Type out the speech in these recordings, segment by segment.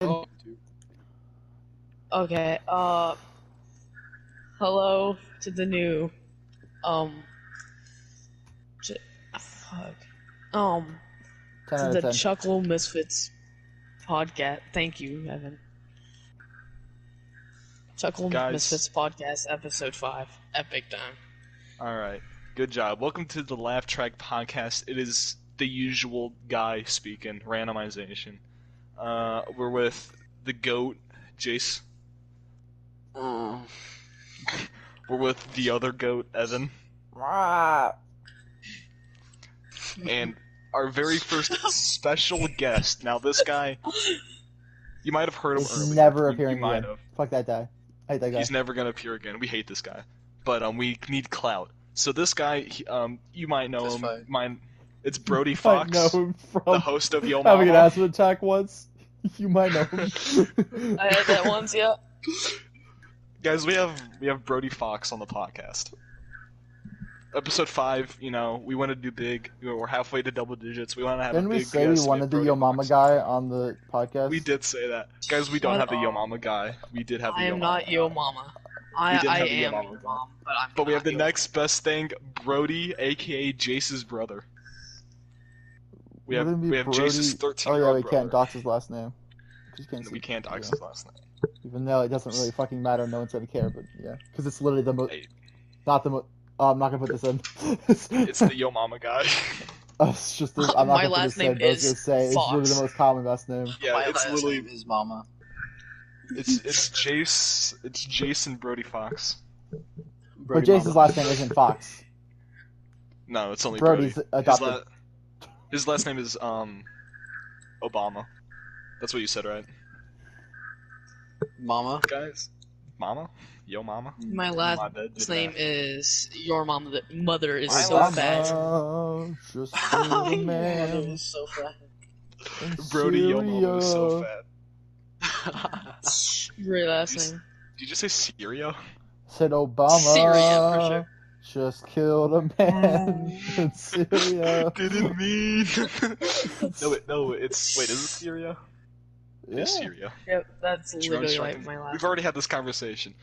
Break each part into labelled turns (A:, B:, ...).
A: Oh.
B: Okay. Uh, hello to the new, um, j- fuck, um,
A: Ten
B: to
A: out
B: the
A: of ten.
B: Chuckle Misfits podcast. Thank you, Evan. Chuckle
C: Guys.
B: Misfits podcast, episode five. Epic time.
C: All right. Good job. Welcome to the Laugh Track Podcast. It is the usual guy speaking, randomization. Uh, we're with the goat, Jace.
A: Mm.
C: We're with the other goat, Evan.
A: Rah.
C: And our very first special guest. Now, this guy, you might have heard him
A: This is
C: earlier.
A: never
C: You- you
A: appearing
C: might
A: again.
C: have.
A: Fuck that guy. I hate that guy.
C: He's never gonna appear again. We hate this guy, but um, we need clout. So this guy, he, um, you might know
D: That's
C: him.
D: fine.
C: Mine, it's Brody
A: I
C: Fox,
A: know him
C: the
A: from
C: host of Yo
A: having an
C: Mama.
A: acid attack once. You might know him.
B: I had that once, yeah.
C: Guys, we have we have Brody Fox on the podcast. Episode five, you know, we want to do big. You know, We're halfway to double digits. We want to have.
A: Didn't
C: a
A: we
C: big
A: say we
C: guest.
A: wanted the
C: have
A: Yo
C: Brody
A: Mama
C: Fox.
A: guy on the podcast?
C: We did say that, guys. We don't
B: Shut
C: have the Yo
B: up.
C: Mama guy. We did have the
B: I
C: Yo
B: am
C: Mama
B: not your
C: guy.
B: mama.
C: We
B: I,
C: didn't
B: I
C: have a Yo
B: am
C: Mama
B: your
C: guy.
B: mom, but I'm.
C: But we
B: not
C: have the
B: your
C: next best thing, Brody, aka Jace's brother. We have
A: Wouldn't it be
C: we have Jace's
A: Brody-
C: thirteen
A: Oh
C: year
A: yeah,
C: old
A: we
C: brother.
A: can't dox his last name. 'Cause you can't
C: we
A: see-
C: can't dox
A: yeah.
C: his last name.
A: Even though it doesn't really fucking matter, no one's gonna care. But yeah, because it's literally the most,
C: Hey.
A: not the most. Oh, I'm not gonna put this in.
C: It's the Yo Mama guy.
A: Oh, it's just the- I'm not
B: My
A: gonna put
B: last
A: this in,
B: name
A: but I was
B: is
A: gonna say it's literally
B: Fox.
A: the most common last name.
C: yeah,
D: My
C: it's
D: last
C: literally
D: name is Mama.
C: it's it's Jace it's Jason Brody Fox.
A: But
D: Brody
A: Jason's
D: Mama.
A: last name isn't Fox.
C: No, it's only
A: Brody's
C: Brody. His,
A: adopted.
C: la- his last name is um Obama. That's what you said, right?
D: Mama.
C: Guys. Mama? Yo mama?
B: mama. My last
C: My bad, did
B: His name
C: that.
B: is your mom. The mother is
D: My
B: so
D: last
B: fat.
A: Mama, Just
B: Your
A: a
B: mother
A: man.
B: is so fat.
A: in
C: Brody Yo Mama is so
A: Syria.
C: fat.
B: Your last
C: Just-
B: name.
C: Did you just say Syria?
A: Said Obama.
B: Syria, for sure.
A: Just killed a man
C: Mm.
A: in Syria.
C: Didn't mean No it no, it's wait, is it Syria?
A: Yeah.
C: It's Syria.
B: Yep, that's
C: Drugs
B: literally
C: are-
B: like my
C: We've
B: last.
C: already had this conversation.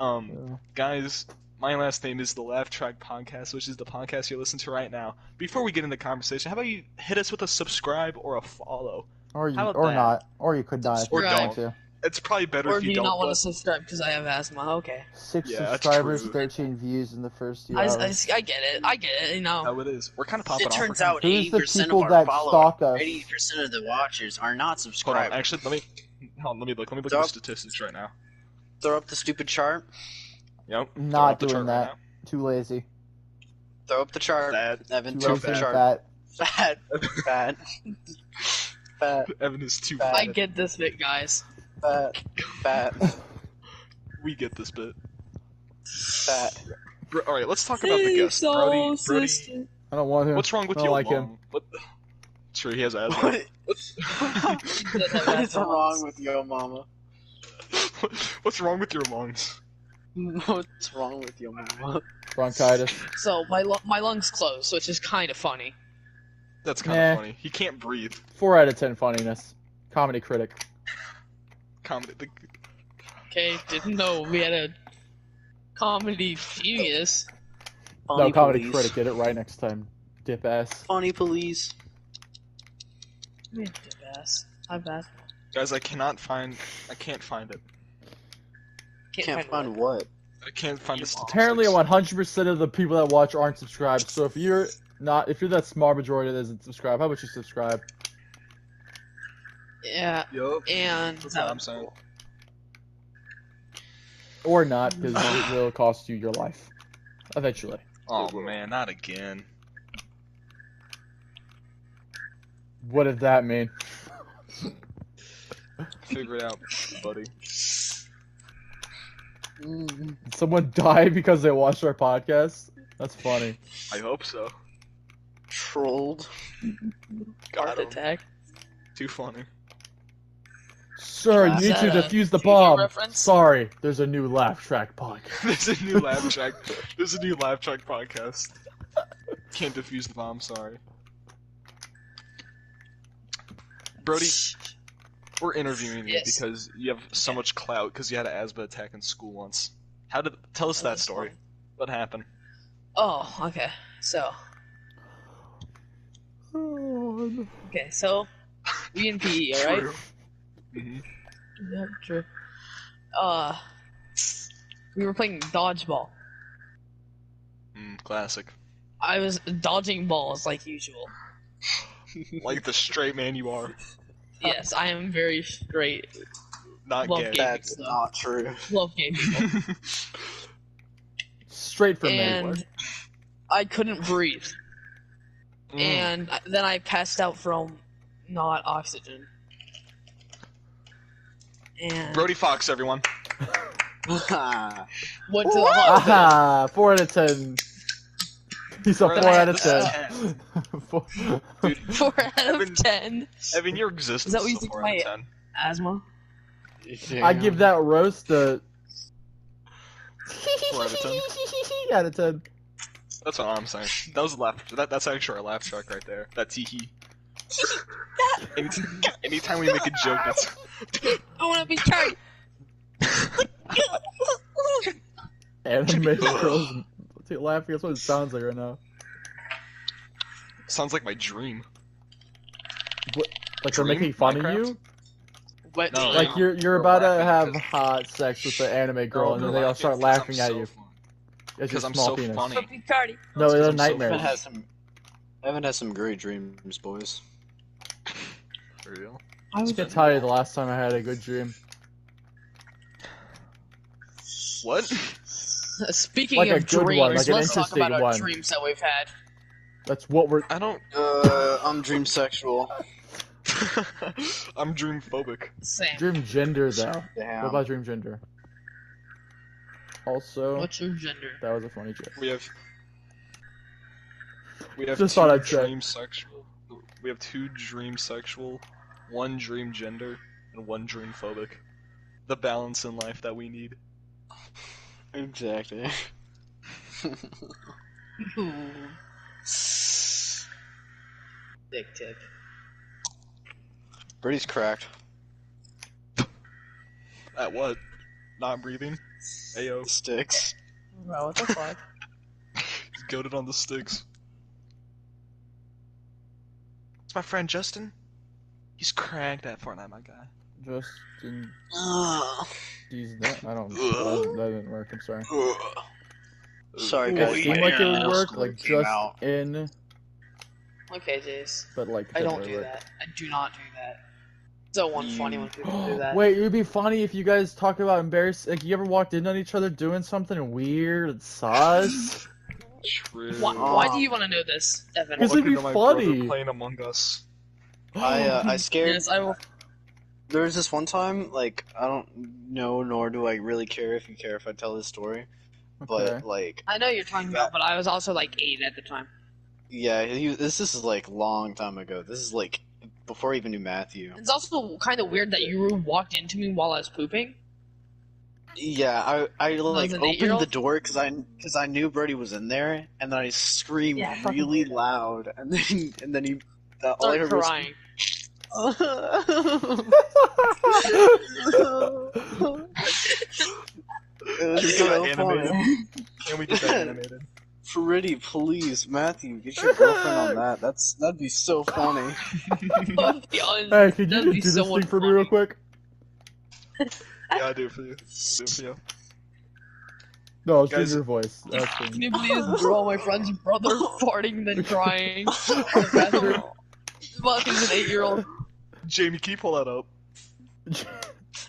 C: Um
A: Yeah.
C: guys, my last name is the Laugh Track Podcast, which is the podcast you're listening to right now. Before we get into conversation, how about you hit us with a subscribe or a follow?
A: Or you,
C: How about
A: or
C: that?
A: not, or you could not if
C: Or
A: you wanted
C: don't.
A: to.
C: It's probably better
B: Or
C: if
B: do
C: you,
B: you
C: don't.
B: not want
C: but-
B: to subscribe because I have asthma? Okay,
A: Six
C: Yeah, that's
A: subscribers,
C: true.
A: thirteen views in the first year.
B: I, I, I get it. I get it. You know,
C: how it is. We're kind of popping
D: It
C: off.
D: turns
C: We're kinda-
D: out
A: Who's
D: eighty
A: the
D: percent of
A: people
D: our
A: that
D: followers,
A: stalk us?
D: eighty percent of the watchers are not
C: Hold on,
D: subscribed.
C: actually, let me. Hold on, let me look. Let me look at the
D: Dog.
C: statistics right now.
D: Throw up the stupid chart.
C: Yep.
A: Not
C: throw up the
A: doing
C: chart right
A: that. Too lazy.
D: Throw up the chart.
C: now.
A: Too
D: Evan, throw up
A: lazy
D: the
A: and
C: fat.
D: chart.
A: fat.
D: Fat. Fat. Fat.
C: That Evan is too.
D: Fat.
B: I get this bit, guys.
D: Fat. Fat.
C: We get this bit.
D: Fat.
C: Bro, all right, let's talk about the guest.
B: So
C: Brody, Brody,
B: sister.
A: I don't want him.
C: what's wrong with
A: I
C: you?
A: don't like him.
C: What? Sure, he has asthma.
D: What, what is wrong with your mama?
C: What's wrong with your lungs?
D: What's wrong with your mama?
A: Bronchitis.
B: So my lu- my lungs closed, which is kind of funny.
C: That's kind of
A: Nah.
C: funny. He can't breathe.
A: Four out of ten funniness. Comedy critic.
C: Comedy. The,
B: Okay, didn't know we had a comedy genius.
D: Funny
A: no, comedy
D: police.
A: critic. Get it right next time. Dip ass.
D: Funny police.
B: Yeah, dumbass. I've asthma.
C: guys, I cannot find. I can't find it.
B: Can't,
D: Can't
B: find
D: find what?
C: I can't
B: Your
C: find the
B: mom.
C: statistics.
A: Apparently, 100% of the people that watch aren't subscribed. So if you're not, if you're that small majority that isn't subscribed, how about you subscribe?
B: Yeah,
C: Yup.
B: and
C: That's what I'm saying.
A: Or not, because it will cost you your life. Eventually.
C: Oh man, not again.
A: What did that mean?
C: Figure it out, buddy.
A: Did someone died because they watched our podcast? That's funny.
C: I hope so.
D: Trolled.
B: heart
C: Got him.
B: attack.
C: Too funny.
A: Sir,
B: Is
A: you
B: that
A: two
B: a
A: defused the
B: Fusion
A: bomb.
B: reference?
A: Sorry, there's a new laugh track podcast.
C: There's a new laugh track. There's a new laugh track podcast. Can't defuse the bomb. Sorry, Brody. We're interviewing you
B: Yes.
C: because you have so much clout because you had an asthma attack in school once. How did tell us that
B: was
C: story?
B: fun.
C: What happened?
B: Oh, okay. So, okay, so we in PE, all right?
C: True. Mhm.
B: Yeah, true. Uh, we were playing dodgeball.
C: Mm, classic.
B: I was dodging balls like usual.
C: Like the straight man you are,
B: Yes, I am very straight.
C: not
B: Well,
C: gay. Mm.
B: yeah.
D: That's not true.
B: Love game people.
A: Straight from
B: and
A: Mayweather.
B: I couldn't breathe.
C: Mm.
B: And I- then I passed out from not oxygen. And
C: Brody Fox, everyone.
B: went to the hospital.
A: Ah, four out of ten. He's a
C: Four
A: four out of
C: out
A: ten. Four-
C: Dude,
B: Four out
C: Evan-
B: of ten.
C: Evan, your existence
B: Is that what you
C: is a
B: think
C: four out of
B: my-
C: ten.
B: Asthma.
A: I give that roast a
C: Four out of ten.
A: out of ten.
C: That's what I'm saying. That was a laugh. That, that's actually our laugh track right there. That tee hee. anytime, anytime we make a joke, that's
B: I want to be tight.
A: Anime girls laughing. That's what it sounds like right now.
C: sounds like my dream.
A: Like they're
C: Dream?
A: making fun
C: Minecraft?
A: of you.
B: Wet
C: No,
A: Like you're you're
C: They're
A: about to have
C: laughing 'cause-
A: hot sex with the anime girl, and
C: No,
A: then
C: Oh, they're
A: they all start laughing at
C: laughing
A: you. It's your
C: Because I'm
A: small
C: so
A: penis.
C: funny.
B: be tardy.
A: No,
C: Because
A: they're
C: I'm so
A: nightmares.
D: Evan has some. Evan has some great dreams, boys.
C: For real.
A: I was gonna tell you the last time I had a good dream.
C: What?
B: Speaking
A: Like a
B: of
A: good one,
B: dreams,
A: like an
B: let's talk
A: interesting
B: about our
A: one.
B: dreams that we've had.
A: That's what we're.
C: I don't.
D: Uh, I'm dream sexual.
C: I'm dream phobic.
B: Sam,
A: Dream gender, though.
D: Damn.
A: What about dream gender? Also,
B: what's your gender?
A: that was a funny joke.
C: We have. We have
A: Just
C: two
A: thought I'd check.
C: dream sexual. We have two dream sexual, one dream gender, and one dream phobic. The balance in life that we need.
D: Exactly.
B: Dick tip.
D: Brady's cracked.
C: At what? Not breathing. Ayo,
D: Sticks.
B: Bro, what the fuck?
C: he's goaded on the sticks. It's my friend Justin. He's cracked at Fortnite, my guy.
A: Justin,
D: Ugh.
A: these. that- I don't. That, that didn't work. I'm sorry.
D: Ugh. Sorry,
C: Ooh,
D: guys.
A: It
D: my
A: seemed like it would
D: internet
A: work,
D: slowly
A: like
D: came
A: just
D: out.
A: in,
B: Okay, Jace.
A: but like.
B: I
A: didn't
B: don't
A: really
B: do
A: work.
B: that. I do not do that. So one funny when people do that.
A: Wait, it would be funny if you guys talk about embarrassed. Like, you ever walked in on each other doing something weird and sus?
C: True.
B: why, why do you want to know this, Evan?
A: Because- This would be
C: Looking at
D: Oh,
C: my brother
A: funny.
C: Playing Among Us.
D: I uh, I scared
B: Yes, I will.
D: There was this one time, like, I don't know, nor do I really care if you care if I tell this story,
A: Okay.
D: but, like,
B: I know you're talking about, but I was also like eight at the time.
D: yeah, he, this, this is, like, long time ago. This is, like, before I even knew Matthew.
B: It's also kind of weird that you walked into me while I was pooping.
D: Yeah, I, I like,
B: an
D: opened the
B: eight-year-old?
D: door because I, cause I knew Brody was in there, and then I screamed
B: Yeah, fucking
D: really
B: weirdo.
D: loud, and then, and then he, uh, all I
B: Start
D: heard was,
B: crying.
D: it was
C: Can we
D: so
C: get that
D: funny.
C: Can we get that animated?
D: Pretty, please, Matthew, get your girlfriend on that. That's, that'd be so funny.
A: Hey, could you
B: That'd
A: just
B: be
A: do this
B: so
A: thing for me real
B: funny.
A: quick?
C: Yeah, I do it for you. I do it for you.
A: No, it's just
C: Guys-
A: your voice. That's
B: Can
A: fine.
B: you believe this? Bro, my friend's brother farting then crying. in the bathroom. Well, he's an eight-year-old.
C: Jamie, can you pull that up?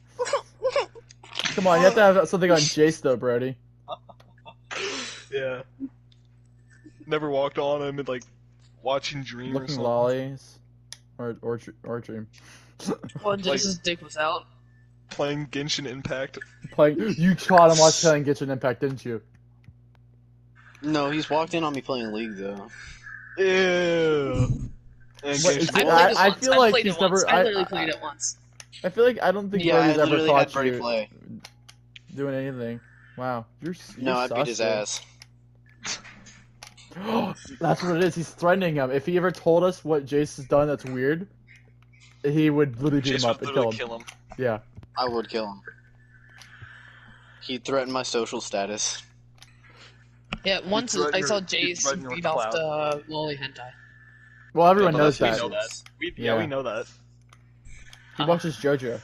A: Come on, you have to have something on Jace though, Brody.
C: Yeah. Never walked on him and like watching Dream or
A: Looking
C: something.
A: lollies, or or dr- or dream
B: Well, Jace's dick was out.
C: Playing Genshin Impact.
A: playing. You caught him watching playing Genshin Impact, didn't you?
D: No, he's walked in on me playing League though.
C: Ew. And
A: What
C: Genshin
A: is
B: I
A: that?
B: played
C: Impact.
B: it
A: I- I
B: once.
A: feel
B: I
A: like
B: played
A: he's
B: it once.
A: never- I-
B: I literally
A: I-
B: played it once.
A: I feel like I don't think
D: yeah, I
A: Brody's ever
D: literally had
A: caught
D: Brady
A: you
D: play.
A: doing anything. Wow, you're s-
D: No,
A: you're
D: I beat
A: sus,
D: his
A: dude.
D: ass.
A: that's what it is. He's threatening him. If he ever told us what Jace has done, that's weird. he would literally beat
C: Jace
A: him up
C: would
A: and kill
C: literally
A: him.
C: kill him.
A: Yeah.
D: I would kill him. He threatened my social status.
B: Yeah, once
C: threaten
B: I saw
C: your- you
B: Jace
C: threaten your
B: beat off
C: clout.
B: the lolly hentai.
A: Well, everyone
C: Yeah, but
A: knows
C: that's-
A: that.
C: We know that. We, yeah.
A: Yeah.
C: we know that.
A: He watches JoJo.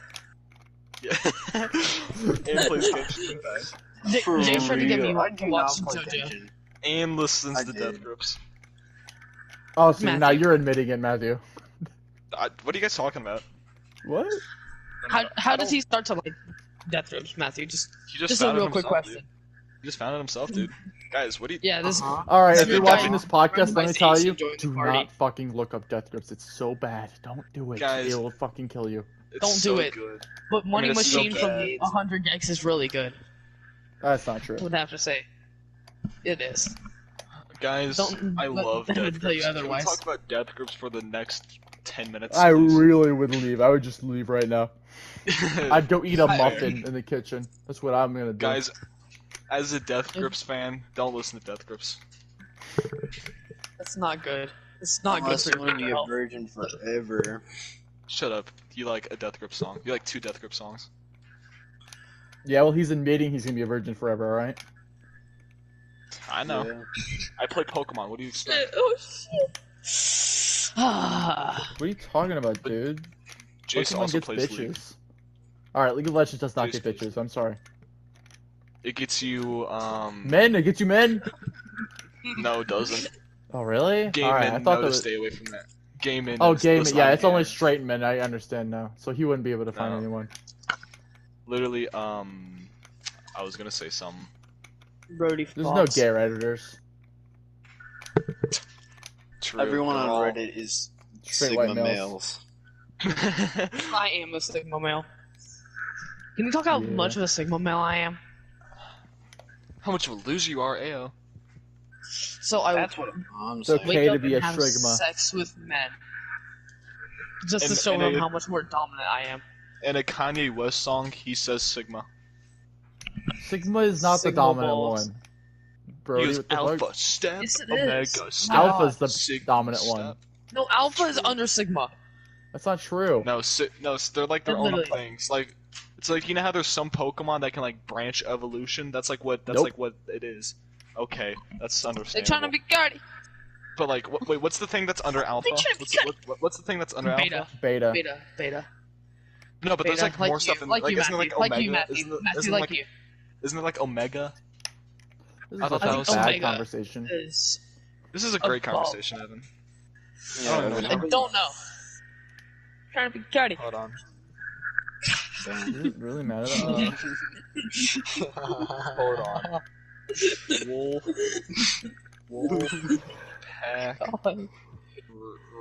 C: Yeah. and plays games with that.
B: J-
D: For
B: Jace tried to get me
D: real. I
B: to
D: do
B: watch
D: not play
B: JoJo.
D: Dungeon.
C: And listens
D: I
C: to
D: did.
C: death grips.
A: Oh, so now
B: Matthew.
A: you're admitting it, Matthew.
C: I, what are you guys talking about?
A: What?
B: How, how
C: I
B: does
C: don't-
B: he start to like Death Grips, Matthew? Just
C: He
B: just, a
C: found it
B: real quick
C: himself,
B: question.
C: dude. He just found it himself, dude. Guys, what do you?
B: Yeah, this
D: Uh-huh.
A: All right, if
B: Matthew
A: you're
B: died.
A: watching this podcast, let me
B: Randomization
A: tell you,
B: during the
A: do
B: party.
A: not fucking look up death grips. It's so bad. Don't do it.
C: Guys.
A: It'll fucking kill you.
C: It's
B: Don't do
C: so
B: it.
C: Good.
B: but money
C: gonna see
B: machine
C: that.
B: from 100 Gex is really good.
A: That's not true.
B: I would have to say, it is.
C: Guys,
B: Don't-
C: I
B: let-
C: love
B: let
C: death
B: me
C: grips.
B: tell you
C: Can we
B: otherwise.
C: talk about death grips for the next ten minutes?
A: I
C: please?
A: really would leave. I would just leave right now. I'd go eat a
C: Hi.
A: muffin in the kitchen. That's what I'm gonna do.
C: Guys, as a Death Grips fan, don't listen to Death Grips.
B: That's not good. It's not
D: Unless
B: good
D: you
B: for your
D: want to be
B: mental
D: a
B: health.
D: virgin forever.
C: Shut up. You like a Death Grip song. You like two Death Grip songs.
A: yeah, well, he's admitting he's gonna be a virgin forever. All right.
C: I know.
D: Yeah.
C: I play Pokemon. What do you expect?
B: Oh shit. Ah.
A: What are you talking about, dude?
C: Jace
A: Pokemon
C: also
A: gets
C: plays
A: bitches.
C: League.
A: All right, League of Legends does not
C: Jace
A: get
C: plays-
A: bitches. I'm sorry.
C: It gets you, um...
A: Men, it gets you men.
C: No, it doesn't.
A: Oh really?
C: Gay
A: all right, I
C: men
A: thought that
C: know to
A: was.
C: stay away from that. Gay men...
A: Oh,
C: is-
A: gay men.
C: listen,
A: Yeah,
C: I'm
A: it's only
C: gay.
A: straight men. I understand now. So he wouldn't be able to find
C: No.
A: anyone.
C: Literally, um... I was gonna say something.
B: Brody
A: There's
B: Fox.
A: no gay editors.
C: True.
D: Everyone
C: they're
D: on
C: all-
D: Reddit is
A: Straight
D: Sigma
A: white males.
D: males.
B: I am a Sigma male. Can you talk how
A: Yeah.
B: much of a Sigma male I am?
C: How much of a loser you are, Ao.
B: So I
D: That's what I'm
A: So
D: saying.
B: wake
A: okay
B: up
A: to be
B: and
A: a
B: have
A: Sigma.
B: sex with men. Just to
C: And-
B: show
C: and
B: them
C: it-
B: how much more dominant I am.
C: In a Kanye West song, he says Sigma.
A: Sigma is not
B: Sigma
A: the dominant
B: balls.
A: one. Brody,
C: he goes,
A: what the fuck?
C: Alpha, step,
B: Yes, it
C: Omega,
B: is.
C: step.
B: God.
A: Alpha's the
C: Sigma,
A: dominant
C: step.
A: one.
B: No, Alpha is under Sigma.
A: That's not true.
C: No, si- no, s- they're like their
B: They're
C: own
B: literally-
C: things. Like it's like you know how there's some Pokemon that can like branch evolution. That's like what that's
A: Nope.
C: like what it is. Okay, that's
B: They're
C: understandable.
B: trying to be guardy.
C: But like, wh- wait, what's the thing that's under alpha?
B: trying to be
C: What's, what, what's the thing that's under
B: Beta.
C: alpha?
A: Beta.
B: Beta, beta.
C: No, but there's
B: beta.
C: like more stuff
B: you,
C: in
B: like, you,
C: isn't
B: Matthew,
C: it like
B: like
C: omega?
B: you, Matthew,
C: isn't, it,
B: Matthew,
C: isn't, it,
B: like,
C: like
B: you.
C: isn't it like omega?
A: This
C: I
A: is
C: thought
A: just
B: that
A: a
B: was
A: bad
B: Omega.
A: conversation.
B: Is-
C: This is a great
B: Above.
C: conversation, Evan.
D: Yeah,
C: I don't
B: I
C: know.
D: everyone-
B: don't know. Trying to be guardy.
C: Hold on.
A: Does it really matter? Uh,
C: Hold on. Wolf. Wolf. Pack. r-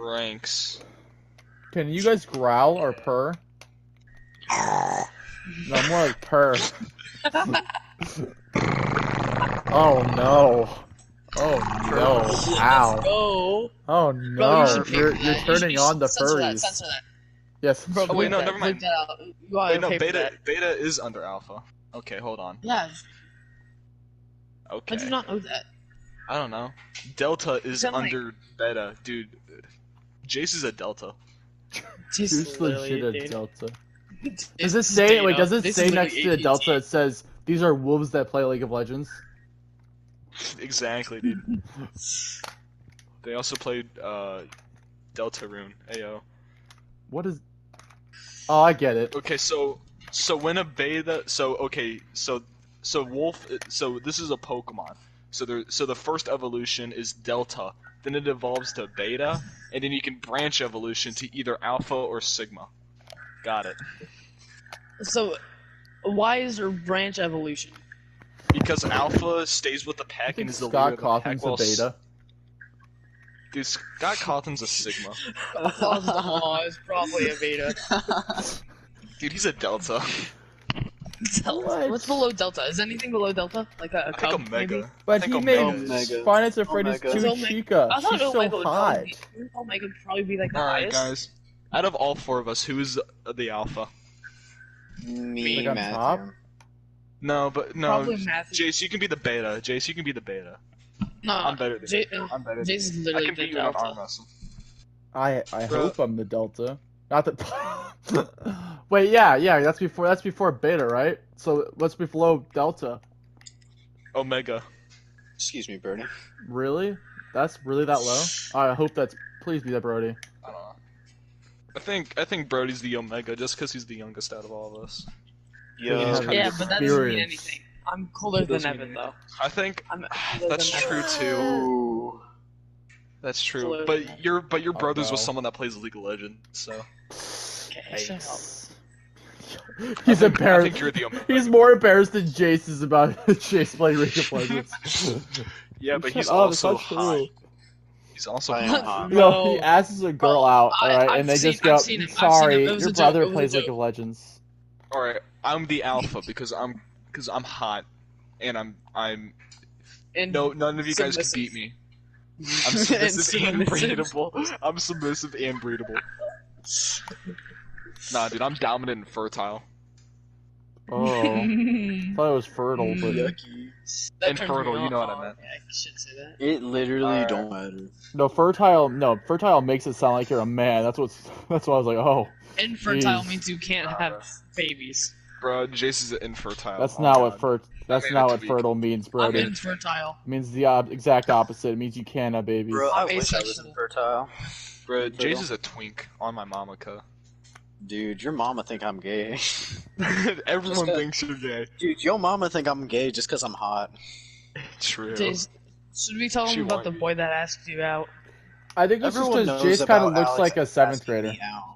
C: Ranks.
A: can you guys growl or purr? No, more like purr. oh no. Oh no. Wow.
B: Oh.
A: Oh
B: Bro, you
A: no.
B: should
A: You're,
B: paper
A: you're
B: that. You
A: turning
B: should
A: on the
B: censor That,
A: furries.
B: censor that.
A: Yes.
B: Bro,
C: Oh, wait,
B: bleep
C: no,
B: that,
C: never mind.
B: bleep that out. You are
C: Wait, no,
B: okay for
C: beta
B: that.
C: beta is under alpha. Okay, hold on.
B: Yeah,
C: Okay.
B: I do not know that.
C: I don't know. Delta is
B: Then, like-
C: under beta, dude. Jace is a delta.
B: Just
A: Who's
B: literally,
A: legit a
B: dude.
A: delta?
B: This
A: Does it
B: is
A: say wait?
B: data.
A: Does it
B: This
A: say
B: is
A: next to
B: literally
A: the delta?
B: AT&T.
A: It says these are wolves that play League of Legends.
C: exactly, dude. they also played uh, Delta Rune. Ayo.
A: What is? Oh, I get it.
C: Okay, so so when a beta, so okay, so so wolf, so this is a Pokemon. So there, so the first evolution is Delta, then it evolves to Beta, and then you can branch evolution to either Alpha or Sigma. Got it.
B: So, why is there branch evolution?
C: Because Alpha stays with the
A: I
C: pack and
A: think
C: is the
A: Scott
C: leader of the pack.
A: Cawthon's a
C: while S-
A: beta.
C: Dude, Scott Cawthon's a Sigma.
B: Oh, it's probably a beta.
C: Dude, he's a Delta.
A: What?
B: What's below delta? Is anything below delta? Like a, a
C: I think
B: cub? maybe?
C: Omega. I
A: But
C: think
A: he
C: Omega
A: made
D: is-
C: Oh
A: Finance and Freddy's
D: Omega.
A: too
B: Omega.
A: Chica.
B: I thought
A: She's so
B: Omega would
A: hot.
B: probably be, Omega would probably be like the
C: All
B: highest.
C: right, guys. Out of all four of us, who is the Alpha?
D: Me,
A: Like on top?
D: Matthew.
C: No, but no.
B: Probably Matthew.
C: Jace, you can be the Beta. Jace, you can be the Beta.
B: no,
C: I'm better than
B: Jay-
C: you. I'm better than
B: Uh, Jace is
C: you. I
B: literally
C: can
B: the
C: beat you in an arm
B: delta.
C: wrestle.
A: I I
C: Bro.
A: hope I'm the Delta. Not that. Wait, yeah, yeah. That's before. That's before beta, right? So what's below delta?
C: Omega.
D: Excuse me, Bernie.
A: Really? That's really that low? I hope that's. Please be that Brody.
C: I don't know. I think I think Brody's the Omega just because he's the youngest out of all of us.
A: Yeah.
D: Yo.
C: Kind of
B: Yeah, but that doesn't mean
A: experience.
B: anything. I'm cooler than
C: Doesn't
B: Evan,
C: mean
B: though.
C: I think
B: I'm cooler
C: that's
B: than
C: true
B: Evan.
C: too.
D: Ooh.
C: That's
B: Cooler
C: true.
B: than Evan.
C: But your but your
A: Oh,
C: brother's with
A: no.
C: someone that plays League of Legends, so
B: Okay, shut up.
A: He's
C: I think, I
A: embarrassed.
C: think you're the Omega.
A: He's more embarrassed than Jace is about Jace playing League of Legends.
C: yeah, but
A: Shut
C: he's
A: up,
C: also
A: it's not
C: high.
A: Oh, true.
C: He's also
D: I am
C: high.
D: hot.
A: No,
B: No.
A: he asses a girl out,
B: I-
A: alright,
B: I've
A: and they
B: seen-
A: just go,
B: I've seen it, I've seen
A: sorry,
B: it, it was
A: your
B: a joke,
A: brother
B: it was a
A: plays League
B: joke."
A: of Legends.
C: All right, I'm the alpha because I'm because I'm hot, and I'm I'm
B: And
C: no none of you guys can
B: Submissive.
C: beat me. I'm submissive and, breedable. I'm submissive and breedable. Nah, dude, I'm dominant and fertile.
A: Oh, I thought it was fertile, but
C: Mm,
D: Yucky.
B: That
C: And
B: turns me
C: fertile, you
B: on.
C: know what I
B: Oh,
C: meant.
B: yeah, I should say that.
D: It literally
C: Alright.
D: don't matter.
A: no, fertile. No, fertile makes it sound like you're a man. That's what's. That's why I was like, oh,
B: Infertile
A: Jeez.
B: means you can't
C: Uh,
B: have babies.
C: Bro, Jace is infertile.
A: that's
C: Oh,
A: not
C: God.
A: what fer. That's
C: made
A: not
C: a
A: what
C: tweak.
A: fertile means,
B: I'm
A: Brody.
C: made-
B: infertile.
A: It means the ob- exact opposite. It means you can have babies.
D: Bro, I
B: I'm
D: wish I was
B: asexual.
D: infertile.
C: Bro,
D: Fertile.
C: Jace is a twink on my mamaka.
D: Dude, your mama think I'm gay.
C: Everyone
D: Just a-
C: thinks you're gay.
D: Dude, your mama think I'm gay just because I'm hot.
C: True.
B: Jace, should we tell
C: She
B: him about
C: won't
B: the
C: be.
B: boy that asked you out?
A: I think it's just
D: Everyone
A: because
D: knows
A: Jace kind
D: about
A: of looks
D: Alex
A: like a
D: asking
A: seventh
D: me
A: grader.
D: out.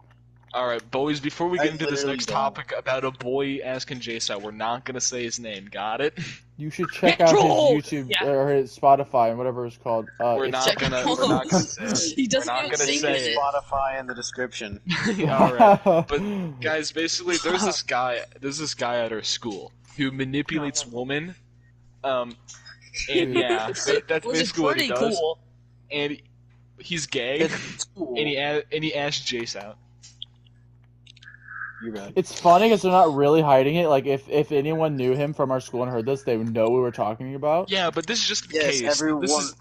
C: All right, boys. Before we
D: I
C: get into this
D: literally
C: next
D: don't.
C: topic about a boy asking Jace out, we're not gonna say his name. Got it?
A: You should check out his
B: Troll!
A: YouTube
B: Yeah.
A: or his Spotify and whatever it's called. Uh,
C: We're
A: it's-
C: not gonna. We're not gonna say. it.
B: He doesn't
C: we're not
B: even
C: gonna
B: sing
C: say
B: it.
D: Spotify in the description.
C: it. All right. guys basically there's this guy there's this guy at our school who manipulates women um and yeah ba- that's
B: Which is
C: basically what
B: pretty
C: he does
B: cool.
C: and he- he's gay
D: It's cool.
C: and he a- and he asked jace out
D: You're right.
A: It's funny because they're not really hiding it. Like if if anyone knew him from our school and heard this, they would know we were talking about.
C: yeah but this is just in
D: Yes,
C: case
D: everyone.
C: this is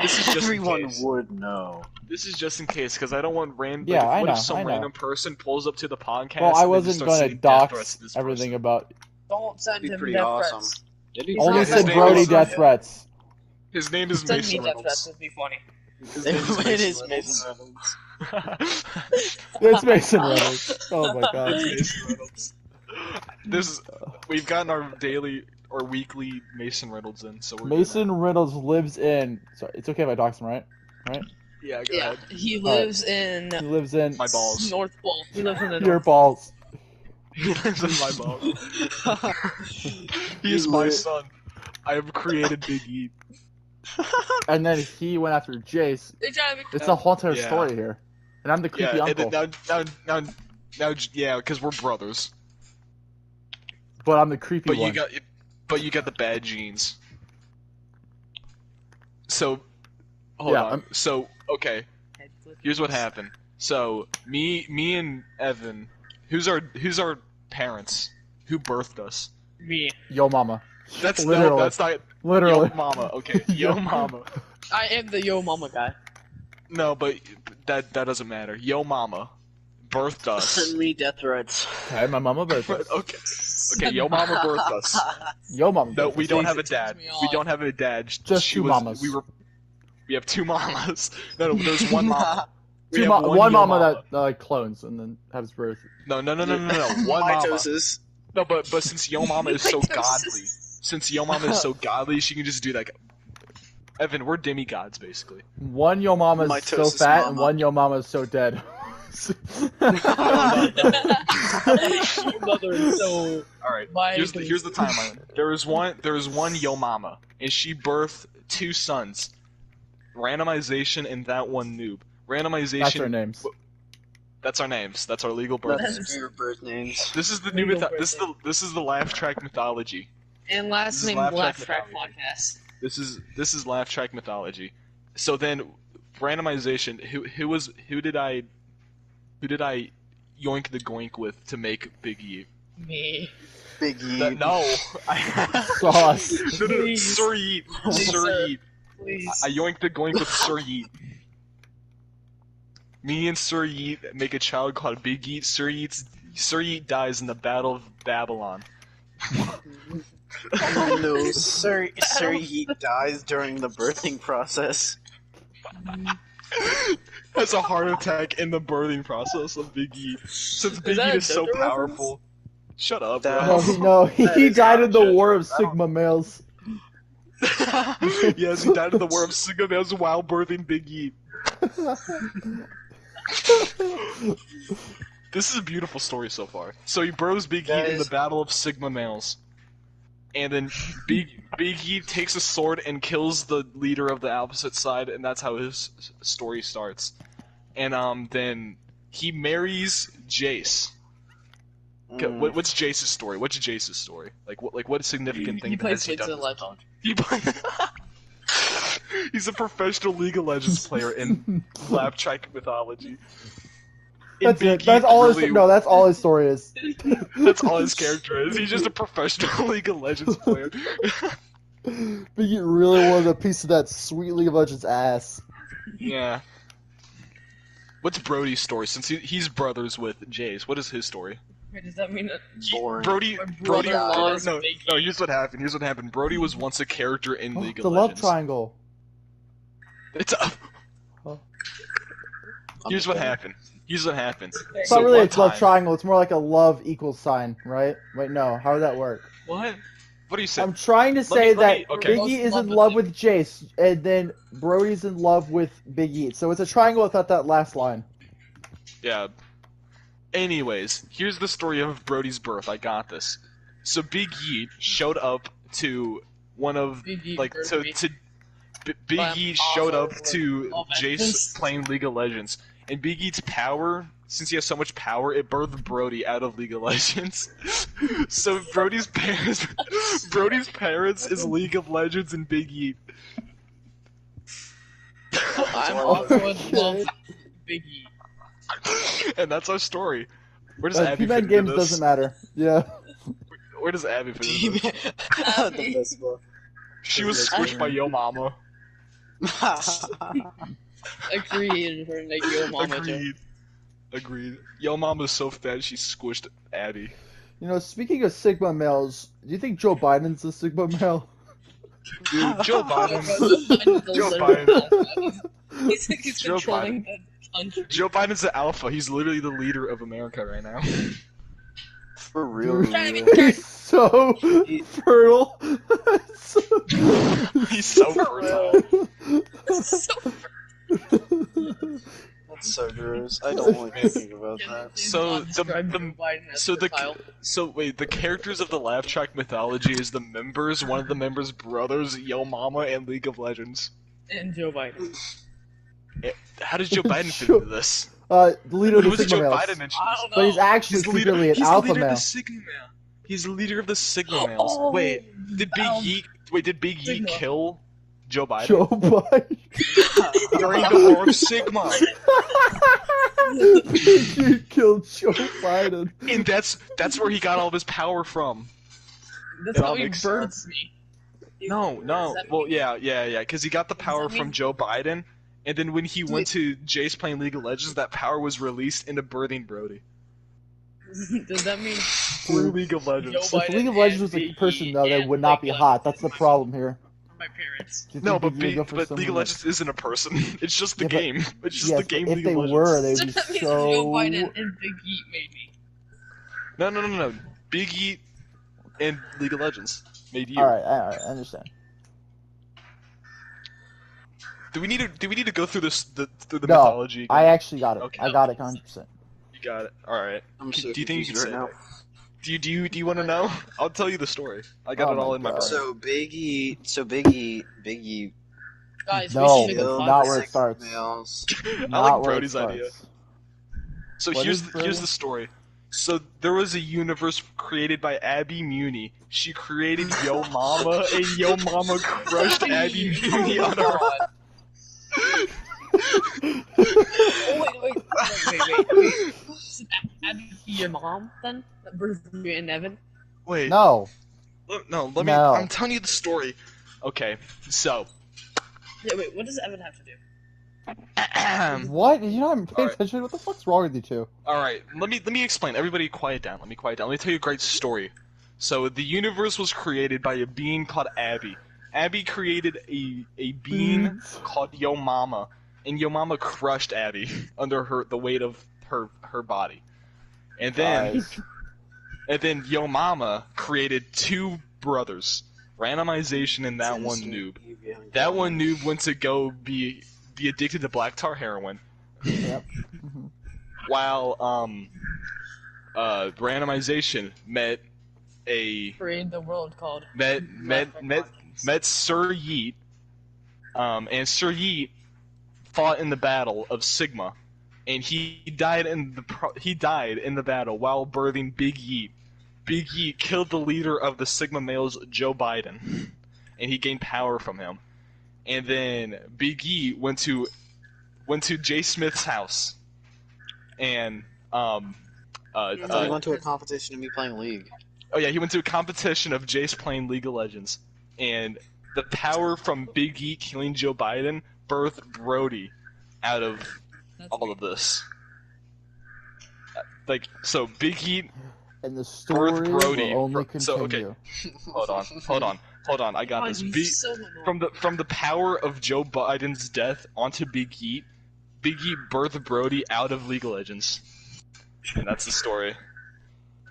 C: this is just in
D: everyone
C: case.
D: would know.
C: this is just in case because i don't want random
A: Yeah, I
C: what
A: know,
C: if some
A: I know.
C: random person pulls up to the podcast
A: Well, I
C: and they
A: wasn't
C: just start
A: gonna
C: sending death threats
A: dox
C: to this person?
A: everything about.
B: Don't send
D: Be
B: him
D: pretty
B: death
D: awesome.
B: threats. He's
A: Only
B: not
A: said
B: gonna
A: Brody
B: dox
A: death threats.
C: his name is
B: Send me
C: mason
B: death threats.
C: reynolds
B: It'd be funny.
C: His name is
D: it is
C: Mason
D: Miss
C: Reynolds.
A: It's Mason Reynolds. Oh my god.
C: Mason Reynolds. This is, we've gotten our daily or weekly Mason Reynolds in, so we're good
A: Mason
C: now.
A: Reynolds lives in. Sorry, it's okay if I dox him, right?
C: Yeah, go
B: Yeah,
C: ahead.
B: he
A: Alright.
B: lives in
A: He lives in
C: My balls.
B: North Pole. He lives in the
A: your
B: North
A: balls.
C: He lives in my balls. He
D: You
C: is my
D: lit-
C: son. I have created Big E.
A: And then he went after Jace.
B: They're trying to
A: It's a whole entire
C: Yeah.
A: story here. And I'm the creepy
C: Yeah, and
A: uncle,
C: then now, now, now, now, yeah, because we're brothers.
A: but I'm the creepy
C: But
A: one.
C: you got, but you got the bad genes. So, hold
A: Yeah,
C: on.
A: I'm-
C: So, okay.
B: make
C: here's what happened. So me, me and Evan, who's our who's our parents? Who birthed us?
B: me.
A: Yo, mama.
C: That's
A: literally,
C: no, that's not
A: literally.
C: Yo mama. Okay, yo mama.
B: I am the yo mama guy.
C: No, but that that doesn't matter. Yo mama birthed us.
D: Send me death threats.
A: Okay, my mama birthed us.
C: But, okay, okay, yo mama birthed us.
A: Yo, mama.
C: No,
A: birthed
C: we
A: us.
C: don't have a
B: Jesus, turns
C: dad.
B: me
C: We
B: off.
C: don't have a dad.
A: Just
C: she
A: two
C: was,
A: mamas.
C: We were. We have two mamas. No, no, there's one mama. We
A: Two
C: have
A: ma- one,
C: yo
A: mama, that uh, clones and then has birth.
C: No, no, no, no, no, no. One mama.
D: Mitosis.
C: No, but but since yo mama is so
B: Like, there's
C: godly,
B: just-
C: since Yo Mama is so godly, she can just do like. Evan, we're demigods basically.
A: One yo mama is so
D: Mitosis
A: fat and
D: mama.
A: one yo mama is so dead.
B: Your mother is so
C: All right,
B: my
C: here's the, here's the timeline. There is one there is one Yo Mama, and she birthed two sons. Randomization and that one noob. Randomization.
A: That's our names.
C: That's our names. That's our legal birth.
D: That's
C: names.
B: That's-
D: your birth names.
C: This is the new
B: Legal
C: myth-
B: birth
C: This is the this is the laugh track mythology.
B: and
C: This
B: last
C: is
B: name
C: Laugh
B: Black
C: Track
B: Track
C: Mythology.
B: podcast.
C: This is this is laugh track mythology. So then, randomization. Who who was who did I, who did I, yoink the goink with to make Big E?
B: Me.
D: Biggie.
C: That- no. I,
A: Sauce.
C: no, no, no,
B: Please.
C: Sir Yeet.
B: Please,
C: Sir
B: sir.
C: Yeet.
B: Please.
C: I yoinked the goink with Sir Yeet. Me and Sir Yeet make a child called Big Yeet. Sir Yeet's Sir Yeet dies in the Battle of Babylon.
D: no, Sir Sir Yeet dies during the birthing process.
C: Has a heart attack in the birthing process of Big Yeet. Since Big
B: that
C: Yeet
B: a
C: is so
B: JoJo reference?
C: powerful. Shut up. bro.
A: No,
D: That-
A: he, no, he,
C: That
A: he
C: is
A: died in the
C: gotcha.
A: War of Sigma males.
C: yes, he died of the worm Sigma males while birthing Big E. Yeet. This is a beautiful story so far. So he bros Big
D: That
C: Yeet in
D: is-
C: the Battle of Sigma males. And then Big Big Yeet takes a sword and kills the leader of the opposite side, and that's how his s- story starts. And um, then he marries Jace. Okay,
D: Mm.
C: what- what's Jace's story? What's Jace's story? Like, what like what significant thing
B: He
C: has
B: plays
C: he done?
B: Legend of Legend.
C: He play- He's a professional League of Legends player in Laptrike mythology. And
A: That's
C: Big
A: it. That's
C: Yeet
A: all.
C: really-
A: His, no, that's all his story is.
C: that's all his character is. He's just a professional League of Legends player.
A: But you really wanted a piece of that sweet League of Legends ass.
C: yeah. What's Brody's story? Since he, he's brothers with Jace, what is his story?
B: Wait, does that mean that
C: He-
D: Mm, Boring.
C: Brody,
B: my
C: Brody,
B: brother-in-law is
C: no,
B: big?
C: no. Here's what happened. Here's what happened. Brody was once a character in
A: Oh,
C: League
A: the
C: of
A: love
C: Legends.
A: triangle.
C: It's a-
A: Oh.
C: Here's what happened. Here's what happened.
A: It's
C: So
A: not really
C: one
A: a love
C: time-
A: triangle. It's more like a love equals sign, right? Wait, no. How would that work?
C: What? What do you say?
A: I'm trying to
C: me-
A: say
C: let me-
A: that
C: okay.
A: Biggie
B: Most
A: is in
B: loved
A: love
B: with-
A: with Jace, and then Brody's in love with Biggie. So it's a triangle without that last line.
C: Yeah. Anyways, here's the story of Brody's birth. I got this. So Big Yeet showed up to one of
B: Big Yeet
C: like
B: birthed
C: to
B: me?
C: to B- Big
B: But I'm
C: Yeet showed
B: awful
C: up
B: at
C: to
B: all that.
C: Jace playing League of Legends, and Big Yeet's power, since he has so much power, it birthed Brody out of League of Legends. so Brody's parents, Brody's parents is League of Legends and Big Yeet.
B: I'm
D: Oh,
B: also in
A: okay.
B: love with Biggie.
C: and that's our story. Where does
A: Uh,
C: Abby
A: P-Man
C: fit
A: games
C: into this?
A: doesn't matter. Yeah.
C: Where does Abby fit into this?
D: The best book.
C: She was squished by Yo Mama.
B: Agreed. Her and like, yo, mama
C: Agreed. Agreed. Yo Mama's so fat she squished Abby.
A: You know, speaking of Sigma males, do you think Joe Biden's a Sigma male?
C: Dude, Joe Biden's Joe
B: Biden. He's, he's
C: Joe
B: controlling the country.
C: Joe Biden's the alpha. He's literally the leader of America right now.
D: For real.
B: Driving
D: dude.
A: He's so fertile.
C: He's so
B: For real.
C: fertile.
B: so
D: That's so gross. I don't like thinking about that.
C: So, the-
B: Describe
C: the-
B: Joe Biden as
C: so the-
B: fertile.
C: So wait, the characters of the laugh track mythology is the members, one of the members' brothers, Yo Mama, and League of Legends.
B: and Joe Biden.
C: How does Joe Biden fit
A: Sure.
C: into this?
A: Uh, the leader of the
C: Who's Joe
A: Sigma males.
C: Biden in?
B: I don't know.
A: But he's actually
C: He's leader.
A: secretly
C: He's
A: an alpha
C: leader of
A: male. Oh.
C: the Sigma male. He's the leader of the Sigma males.
B: Oh,
C: Wait, did Big
B: Um,
C: Yeet? Wait, did Big Yeet
B: Sigma.
C: kill Joe Biden?
A: Joe Biden.
C: during the War of Sigma.
A: you killed Joe Biden.
C: And that's that's where he got all of his power from.
B: That's
C: It all
B: how he
C: makes
B: births me.
C: No, no.
B: Does that
C: Well,
B: mean-
C: yeah, yeah, yeah. Because he got the power
B: that mean-
C: from Joe Biden, and then when he went to Jace playing League of Legends, that power was released into birthing Brody
B: Does that mean
C: through League of Legends.
A: If
B: Joe Biden
A: League of Legends was a
B: and
A: person,
B: Biggie
A: though, they
B: and
A: would not be
B: Big
A: hot.
B: Lex.
A: That's the problem here.
B: my parents?
A: Do you
C: No,
A: think
C: but,
A: you would
C: Big,
A: go for
C: but League of
A: someone
C: Legends isn't a person. It's just the
A: Yeah, but-
C: game. It's
A: that's-
C: just
A: Yes,
C: the game.
A: but if
C: League
A: they
C: of Legends.
A: were, they
B: So
A: would be
B: that means Joe Biden
A: so.
B: and Big E, Yeet made me.
C: No, no, no, no. no. Big Yeet and League of Legends made you.
A: All right, all right, I understand.
C: Do we need to? Do we need to go through this? The, through the
A: No,
C: mythology? again?
A: I actually got it.
C: Okay.
A: I got it 100. percent
C: You got it. All right.
D: I'm
C: Do
D: so
C: you think you
D: confused
C: can
D: right
C: say
D: now.
C: Do you do you do you want to know? I'll tell you the story. I got
A: Oh
C: it
A: my
C: all in my
A: God.
C: brain.
D: So Biggie, so Biggie, Biggie,
B: Guys,
A: No,
B: we should make
A: Bill,
B: a
A: not
B: podcast.
A: where it starts.
D: Males.
C: I like Brody's idea. So
A: What
C: here's
A: is
C: the, here's
A: Brody?
C: the story. So there was a universe created by Abby Muni. She created Yo Mama, and Yo Mama crushed Abby Muni on her.
B: God. oh, wait, wait, wait, wait, wait, wait. Is that your mom then? That birthed you and Evan?
C: Wait, no,
A: No,
C: no let me.
A: No.
C: I'm telling you the story. Okay, so
B: Yeah, wait, what does Evan have to do?
C: Um,
A: What? You're not even paying
C: Alright.
A: attention? What the fuck's wrong with you two?
C: All right, let me let me explain. Everybody, quiet down. Let me quiet down. Let me tell you a great story. So the universe was created by a being called Abby. Abby created a a being
A: Mm.
C: called Yo Mama, and Yo Mama crushed Abby under her the weight of her her body. And then
A: Guys.
C: and then Yo Mama created two brothers. Randomization and that one noob. That one noob went to go be be addicted to black tar heroin.
A: Yep. Mhm.
C: While um uh randomization met a
B: Creating the world called.
C: met met met met Sir Yeet, um, and Sir Yeet fought in the battle of Sigma, and he died in the pro- he died in the battle while birthing Big Yeet. Big Yeet killed the leader of the Sigma males, Joe Biden, and he gained power from him. And then Big Yeet went to went to Jay Smith's house, and um, uh,
B: Sounds
D: So
C: uh,
D: we went to a competition of me playing League.
C: Oh yeah, he went to a competition of Jace playing League of Legends, and the power from Big E killing Joe Biden birthed Brody out of
B: That's
C: all of this. Uh, Like so, Big E.
A: And the story
C: Brody.
A: will only continue.
C: So, okay. Hold on, hold on, hold on. I got
B: God,
C: this.
B: he's
C: Big,
B: so annoying.
C: from the from the power of Joe Biden's death onto Big E, Big E birthed Brody out of League of Legends, and that's the story.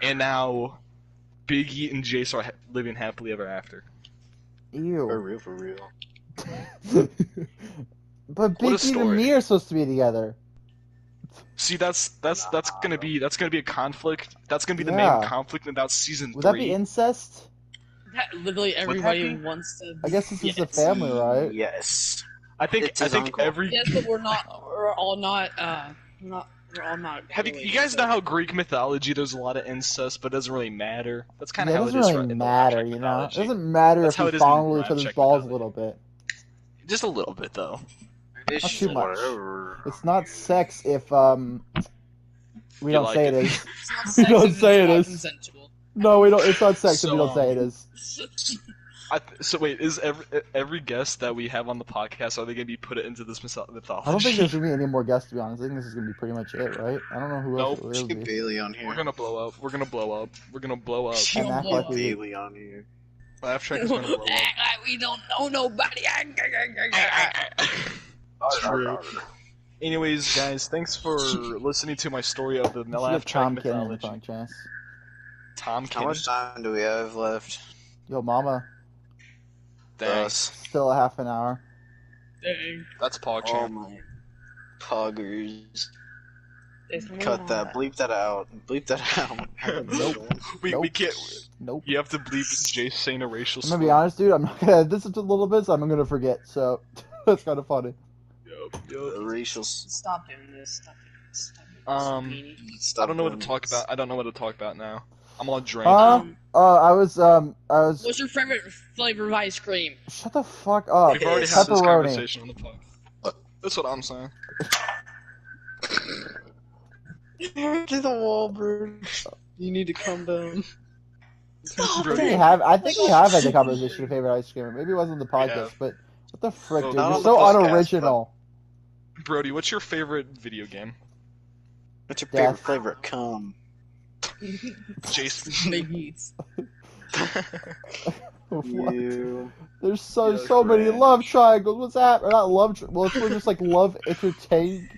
C: And now, Big E and Jace are ha- living happily ever after.
D: For
A: Ew.
D: real, for real.
A: but
C: What a
A: Biggie and
C: story.
A: me are supposed to be together.
C: See, that's that's that's gonna be that's gonna be a conflict. That's gonna be the
A: Yeah.
C: main conflict about season
A: Would that
C: three.
A: be incest?
B: That literally everybody
C: happened?
B: wants to.
A: I guess this is a
B: Yes.
A: family, right?
D: Yes.
C: I think
D: It's
C: I
D: his
C: think
D: uncle.
C: every
B: Yes, but we're not. We're all not. Uh, not. We're all not.
C: have you,
B: really
C: you guys
B: into
C: know how Greek mythology there's a lot of incest, but it doesn't really matter. That's kind of
A: yeah, it
C: how
A: doesn't
C: is
A: really
C: right in
A: matter,
C: Latin
A: you know? It
C: mythology.
A: doesn't matter
C: That's how
A: if you
C: it is in
A: follow each
C: Latin
A: other's
C: Czech
A: balls a
C: mythology.
A: little bit.
C: Just a little bit though.
A: Not too much.
D: Whatever.
A: It's not sex if um we
C: You
A: don't
C: like
A: say
C: it.
A: it is.
B: It's
A: You
B: not sex
A: don't
B: and it's
A: say it
B: not
A: is.
B: consensual.
A: No, we don't. It's not sex if
C: So,
A: we don't
C: um,
A: say it is.
C: I, th- so wait, is every every guest that we have on the podcast are they gonna be put into this mytho- mythology?
A: I don't think there's gonna be any more guests. To be honest, I think this is gonna be pretty much it, right? I don't know who else
C: Nope.
A: it will
D: Get
A: be.
D: Bailey on
C: We're
D: here.
C: gonna blow up. We're gonna blow up. We're gonna blow up.
A: And act like we
D: Bailey on here.
C: Laugh track is gonna blow up.
B: Act like we don't know nobody.
C: True. Anyways, guys, thanks for listening to my story of the
A: Let's get
C: Melaf
A: Tom
C: Tom
A: Kenny on the
C: mythology.
A: phone, Chance.
C: Tom
D: How
C: Kenny.
D: much time do we have left?
A: Yo, Mama,
C: Thanks.
A: still a half an hour.
B: Dang.
C: That's
D: Oh
C: PogChamp.
D: my poggers.
B: It's
D: Cut that. Bleep that out. Bleep that out.
A: Nope.
C: we, we
A: Nope.
C: can't.
A: Nope.
C: You have to bleep Jace saying a racial
A: I'm gonna be honest, dude. I'm not gonna. This is a little bit. So I'm gonna forget. So that's kind of funny.
C: slur. Yup,
D: The
C: yup.
D: racial. s-
B: Stop doing this. Stop doing this. Stop doing this.
C: Um,
B: meanie.
D: Stop
C: I don't know what to
D: doing
C: talk
D: this.
C: about. I don't know what to talk about now. I'm all drained.
A: Huh?
B: Um,
A: Uh, I was um, I was.
B: what's your favorite flavor of ice cream?
A: Shut the fuck up.
C: We've already had this
A: Pepperoni.
C: conversation on the podcast. That's what I'm saying.
D: to the wall, bird. You need to come down.
A: I
C: Brody,
A: think we have. I think we have had the conversation of favorite ice cream. Maybe it wasn't the podcast,
C: have.
A: but what the frick,
C: Well,
A: dude?
D: not
A: You're
D: on the
A: so
D: podcast, but-
A: unoriginal.
C: Brody, what's your favorite video game?
D: What's your
A: Death.
D: favorite flavor? Come.
C: Jace.
B: Big eats.
A: What?
D: You.
A: There's so
D: You're
A: so many
D: cringe.
A: love triangles. What's that? Or not love. Tri- well, it's more just like love entertain.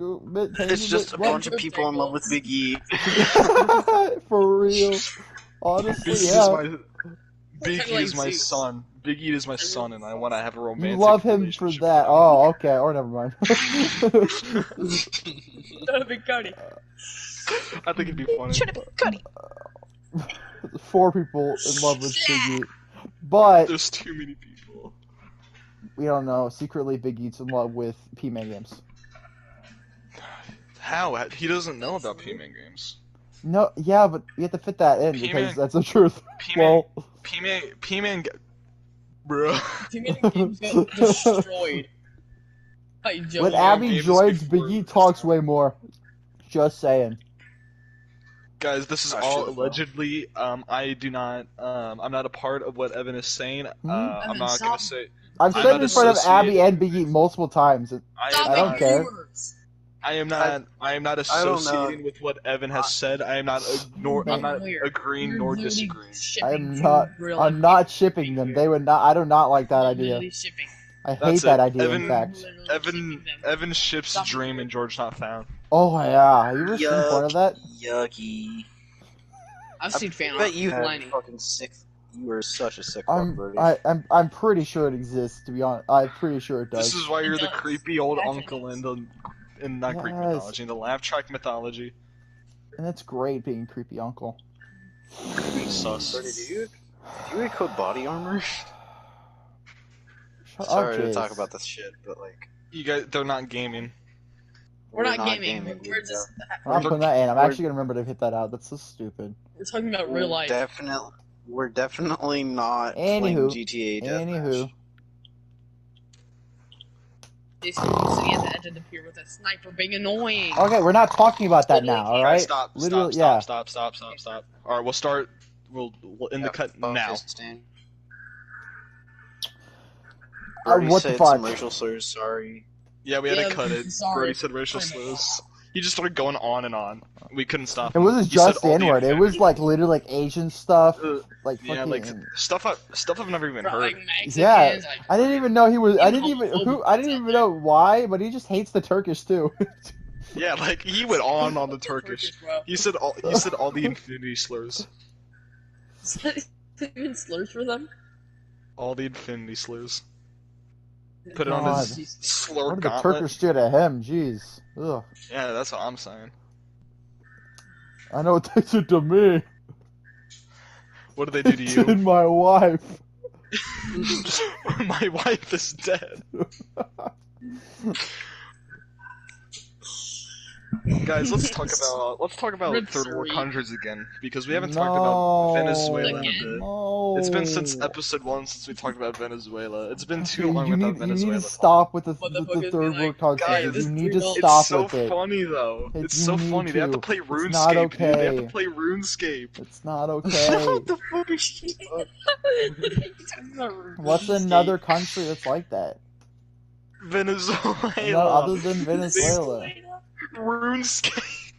D: It's just a
A: what?
D: bunch of people in love with Big E.
A: for real.
C: Big
A: Honestly,
C: Eat is
A: yeah.
C: my. Big
B: Kinda
C: Eat
B: like
C: is my
B: Zeus.
C: son. Big Eat is my son, and I want to have a romantic.
A: You love him for
C: relationship
A: that.
C: with him.
A: Oh, okay. Or never mind.
B: Big Cody.
A: Oh.
C: I think it'd be funny.
A: Four people in love with Biggie, but
C: There's too many people.
A: we don't know. Secretly, Biggie's in love with P-Man games.
C: How? He doesn't know about P-Man games.
A: No, yeah, but you have to fit that in
C: P-Man-
A: because that's the truth.
C: P-Man,
A: Well,
C: P-Man, P-Man, g- bro.
B: Team games got destroyed. By Joe
A: when
B: Rogan.
A: Abby
C: games
A: joins,
C: before
A: Biggie
C: this.
A: talks way more. Just saying.
C: Guys, this is
D: Ah,
C: all
D: shit, no.
C: allegedly. Um, I do not. Um, I'm not a part of what Evan is saying.
A: Hmm?
C: Uh, I'm
B: Evan,
C: not
B: stop.
C: gonna say.
A: I've
C: I'm
A: said
C: not
A: in front of Abby and Biggie multiple times.
C: I
B: Stop
C: am,
A: I don't
B: making
C: not,
A: care.
B: viewers.
C: I am not. I am not
D: I don't know.
C: associating with what Evan has said. I am not. ag- Nor. I'm not
B: Weird.
C: agreeing
B: You're
C: nor
B: literally
C: disagreeing.
B: shipping
A: I am
B: two
A: not-
B: real
A: I'm not shipping them. They would not. I do not like that
B: You're
A: idea.
B: literally shipping-
A: I hate
C: That's
A: that
C: it.
A: idea.
C: Evan-
A: in fact.
B: you're literally
C: Evan.
B: shipping them.
C: Evan ships
B: Stop.
C: Dream and George not found.
A: Oh yeah, you were
D: Yuck.
A: seen part of that.
D: Yucky.
B: I've seen fan
D: I bet
B: art.
D: you had
B: Lenny.
D: fucking sick. You were such a sick fuck,
A: I'm,
D: Birdie.
A: Um, I, I'm, I'm pretty sure it exists. To be honest, I'm pretty sure it does.
C: This is why you're the
B: does.
C: creepy old
B: Yes, it
C: uncle
B: does.
C: in the, in not Greek
A: Yes.
C: mythology, in the laugh track mythology.
A: and that's great being creepy uncle.
C: Sus.
D: Birdie, do you do you encode body armor?
A: Shut
D: Sorry
A: up,
D: to
A: Jace.
D: talk about this shit, but like
C: You guys, they're not gaming.
B: We're not gaming.
D: dude,
B: We're
D: yeah.
B: just
A: I'm not putting that in. I'm
D: We're-
A: actually gonna remember to hit that out. That's so stupid.
B: we're talking about
D: We're
B: real life.
D: Definitely, we're definitely not playing
A: Anywho.
D: GTA.
A: Anywho,
D: Deathmatch.
B: Jason was sitting at the edge of the pier with a sniper, being annoying.
A: okay, we're not talking about that now. All
C: All right,
A: right.
C: stop,
A: Literally,
C: stop, stop,
A: yeah.
C: stop, stop, stop, stop. All right, we'll start. We'll, we'll end the
D: Yeah,
C: cut
D: fuck
C: now.
D: this, Dan.
A: Uh,
D: Already
A: what the
D: said
A: fuck?
D: Some racial slurs. Sorry.
C: Yeah, we had
B: Yeah,
C: to cut it.
B: sorry.
C: Brody said racial
B: Sorry.
C: slurs. He just started going on and on. We couldn't stop.
A: It
C: him.
A: wasn't
C: He said
A: just
C: all the
A: N-word. It was like literally like Asian stuff,
C: Uh,
A: like fucking.
C: yeah, like stuff. I, stuff I've never even
B: Bro, like
C: heard.
B: Mexicans,
A: Yeah.
B: like,
A: I didn't even know he was. I
B: You
A: didn't
B: know
A: even.
B: all
A: Who,
B: the
A: I didn't
B: things
A: even
B: out
A: know why, but he just hates the Turkish too.
C: Yeah, like he went on on the Turkish.
B: bro.
C: He said all. He said all the infinity slurs.
B: Is that even slurs for them?
C: All the infinity slurs. Put it on his
B: God.
A: What
C: slur
A: did the
C: gauntlet.
A: Turkish do to him? Jeez. Ugh.
C: Yeah, that's what I'm saying.
A: I know what they did to me.
C: What did they do to you?
A: Did my wife.
C: My wife is dead. Guys, let's talk about let's talk about
B: Rip
C: third world
B: Suri.
C: countries again because we haven't talked
A: No.
C: about Venezuela. in a
B: Again?
C: bit.
A: No.
C: It's been since episode one since we talked about Venezuela. It's been too
A: You-
C: long
A: you
C: without
A: need,
C: Venezuela.
A: You need to stop with the,
B: What
A: with the
B: the fuck is
A: third
B: like-
A: world content.
C: Guys, this
A: you need to
B: real-
C: It's
A: stop
C: so
A: with it.
C: funny though.
A: It-
C: It's
A: you
C: so
A: need
C: funny. They have to
A: to.
C: play RuneScape.
A: It's not
C: dude. They have to
A: okay.
C: play RuneScape.
A: It's not okay.
C: what the fuck is she?
A: What's another country that's like that?
C: Venezuela.
A: No, other than Venezuela.
C: RuneScape.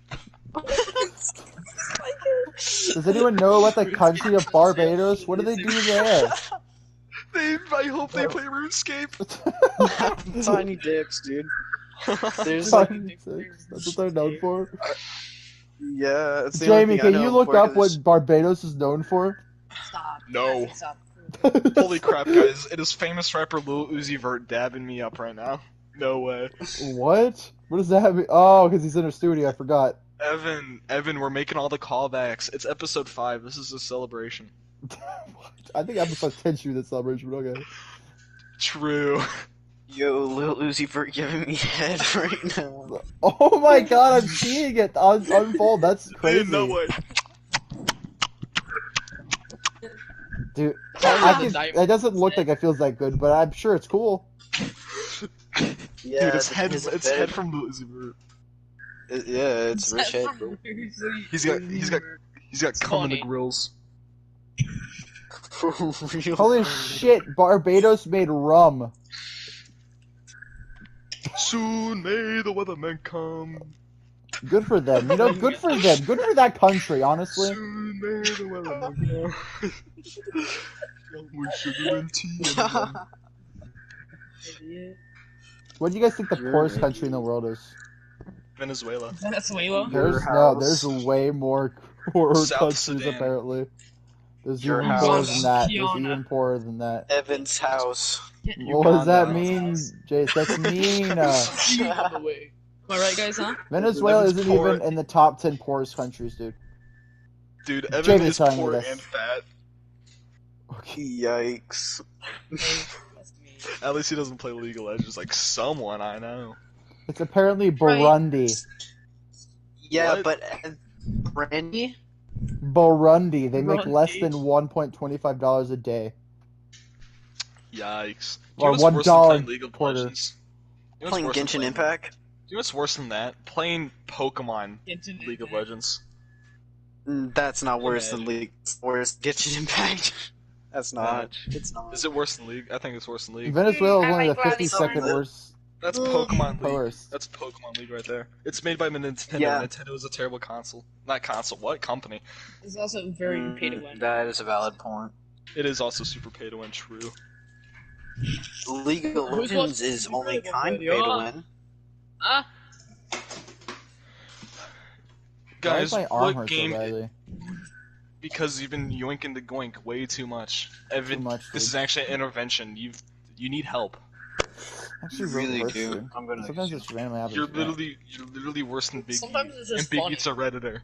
A: Does anyone know what the country of Barbados? What do they do there?
C: They, I hope they play RuneScape.
D: Tiny dicks, dude. There's like,
A: That's what they're known for.
D: yeah. It's the
A: Jamie,
D: only thing
A: can
D: I know
A: you look
D: for, 'cause
A: up what
D: it's-
A: Barbados is known for?
B: Stop.
C: No.
B: Stop.
C: Holy crap, guys! It is famous rapper Lil Uzi Vert dabbing me up right now. No way,
A: What? What does that mean? Oh, because he's in a studio. I forgot.
C: Evan. Evan, we're making all the callbacks. It's episode five. This is a celebration.
A: I think I'm supposed to tense you this celebration, but okay.
C: True.
D: Yo, Lil Uzi Vert giving me head right now.
A: Oh my god, I'm seeing it un- unfold. That's crazy.
C: No way.
A: Dude, I
B: That
A: can,
B: was a
A: it doesn't look like it feels that good, but I'm sure it's cool.
D: Yeah,
C: Dude, it's
D: the
C: head.
D: kid's
C: It's
D: dead.
C: head from Lil Uzi Vert.
D: It- yeah, it's rich head, bro.
C: He's got- he's got- He's got
B: It's
C: cum in the
B: funny.
C: grills.
D: For real.
A: Holy shit, Barbados made rum.
C: Soon may the weatherman come.
A: Good for them. You know, good for them. Good for that country, honestly.
C: Soon may the weatherman come. Yo, with sugar and tea. and-
A: What do you guys think the
D: You're
A: poorest
D: an
A: country in the world is?
C: Venezuela.
B: Venezuela.
D: Your
A: There's no,
D: house.
A: there's way more poorer
C: South
A: countries
C: Sudan.
A: apparently. There's
D: Your
A: even
D: house.
A: poorer than that. There's
B: Guyana.
A: even poorer than that.
D: Evan's house.
A: What does that
C: Uganda.
A: mean, Jace? That's mean. uh,
B: By the way. Am I right, guys? Huh?
A: Venezuela
C: Lebanon's
A: isn't
C: poor.
A: even in the top ten poorest countries, dude.
C: Dude, Evan
A: Jamie's
C: is
A: telling me
C: poor
A: this.
C: and fat.
D: Yikes.
C: At least he doesn't play League of Legends like someone I know.
A: It's apparently
B: Right.
A: Burundi.
D: Yeah,
C: What?
D: but uh, Brandy?
A: Burundi. They make
B: Burundi.
A: less than one point twenty five dollars a day.
C: Yikes. Do
A: Or
C: you know what's
A: one
C: worse than
A: dollar
C: playing League of
A: quarter.
C: Legends? You know what's
D: Playing
C: worse than
D: Genshin Impact?
C: You know what's worse than that? Playing Pokemon League of Legends.
D: Mm, That's not worse
C: Okay.
D: than League. It's Worse, Genshin Impact. That's not. It's not.
C: Is it worse than League? I think it's worse than League.
A: Venezuela is
E: I
A: only the
E: like
A: fifty second
E: lollipops.
A: worst.
C: That's
D: Mm.
C: Pokemon League.
A: Worst.
C: That's Pokemon League right there. It's made by Nintendo.
D: Yeah.
C: Nintendo is a terrible console. Not console. What company?
B: It's also very
C: Mm-hmm.
D: Mm,
B: pay to win.
D: That is a valid point.
C: It is also super pay to win. True.
D: League of
B: Who's
D: Legends
B: watching
D: is
B: the
D: only
B: video
D: kind of pay to
B: video?
D: win.
B: Huh?
C: Guys,
A: Why am I
C: what
A: armor so
C: game?
A: badly?
C: Because you've been yoinking the goink way too much. Evan,
A: Too much,
C: this
A: dude.
C: is actually an intervention. You've you need help.
A: Actually,
D: You really
A: worse,
D: do.
A: dude.
D: I'm gonna.
A: Sometimes it's randomly happens.
C: You're
A: man.
C: literally you're literally worse than Big
B: Sometimes
C: E.
B: it's just
C: and Big
B: funny.
C: E's a redditor.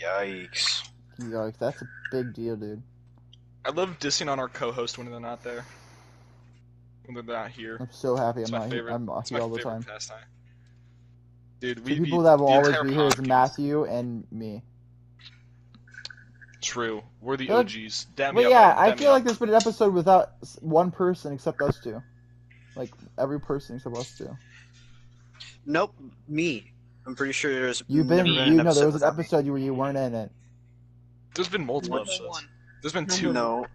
D: Yikes.
A: Yikes, that's a big deal, dude.
C: I love dissing on our co-host when they're not there. When they're not here.
A: I'm so happy
C: It's
A: I'm
C: my
A: not.
C: favorite-
A: Here. I'm
C: It's
A: here
C: my
A: all the
C: favorite
A: time.
C: pastime. Dude, we
A: The people
C: beat
A: that will
C: the
A: always
C: entire
A: be here is
C: podcast.
A: Matthew and me.
C: True. We're the
A: Well,
C: OGs. Damn
A: But yeah, I feel like there's been an episode without s- one person except us two. Like every person except us two.
D: Nope, me. I'm pretty sure there's.
A: You've been,
D: never
A: you
D: an
A: know, there was an
D: without me.
A: episode you where you weren't in it.
C: there's been multiple
B: Number
C: episodes.
B: one.
C: There's been
B: Number
C: two.
D: No,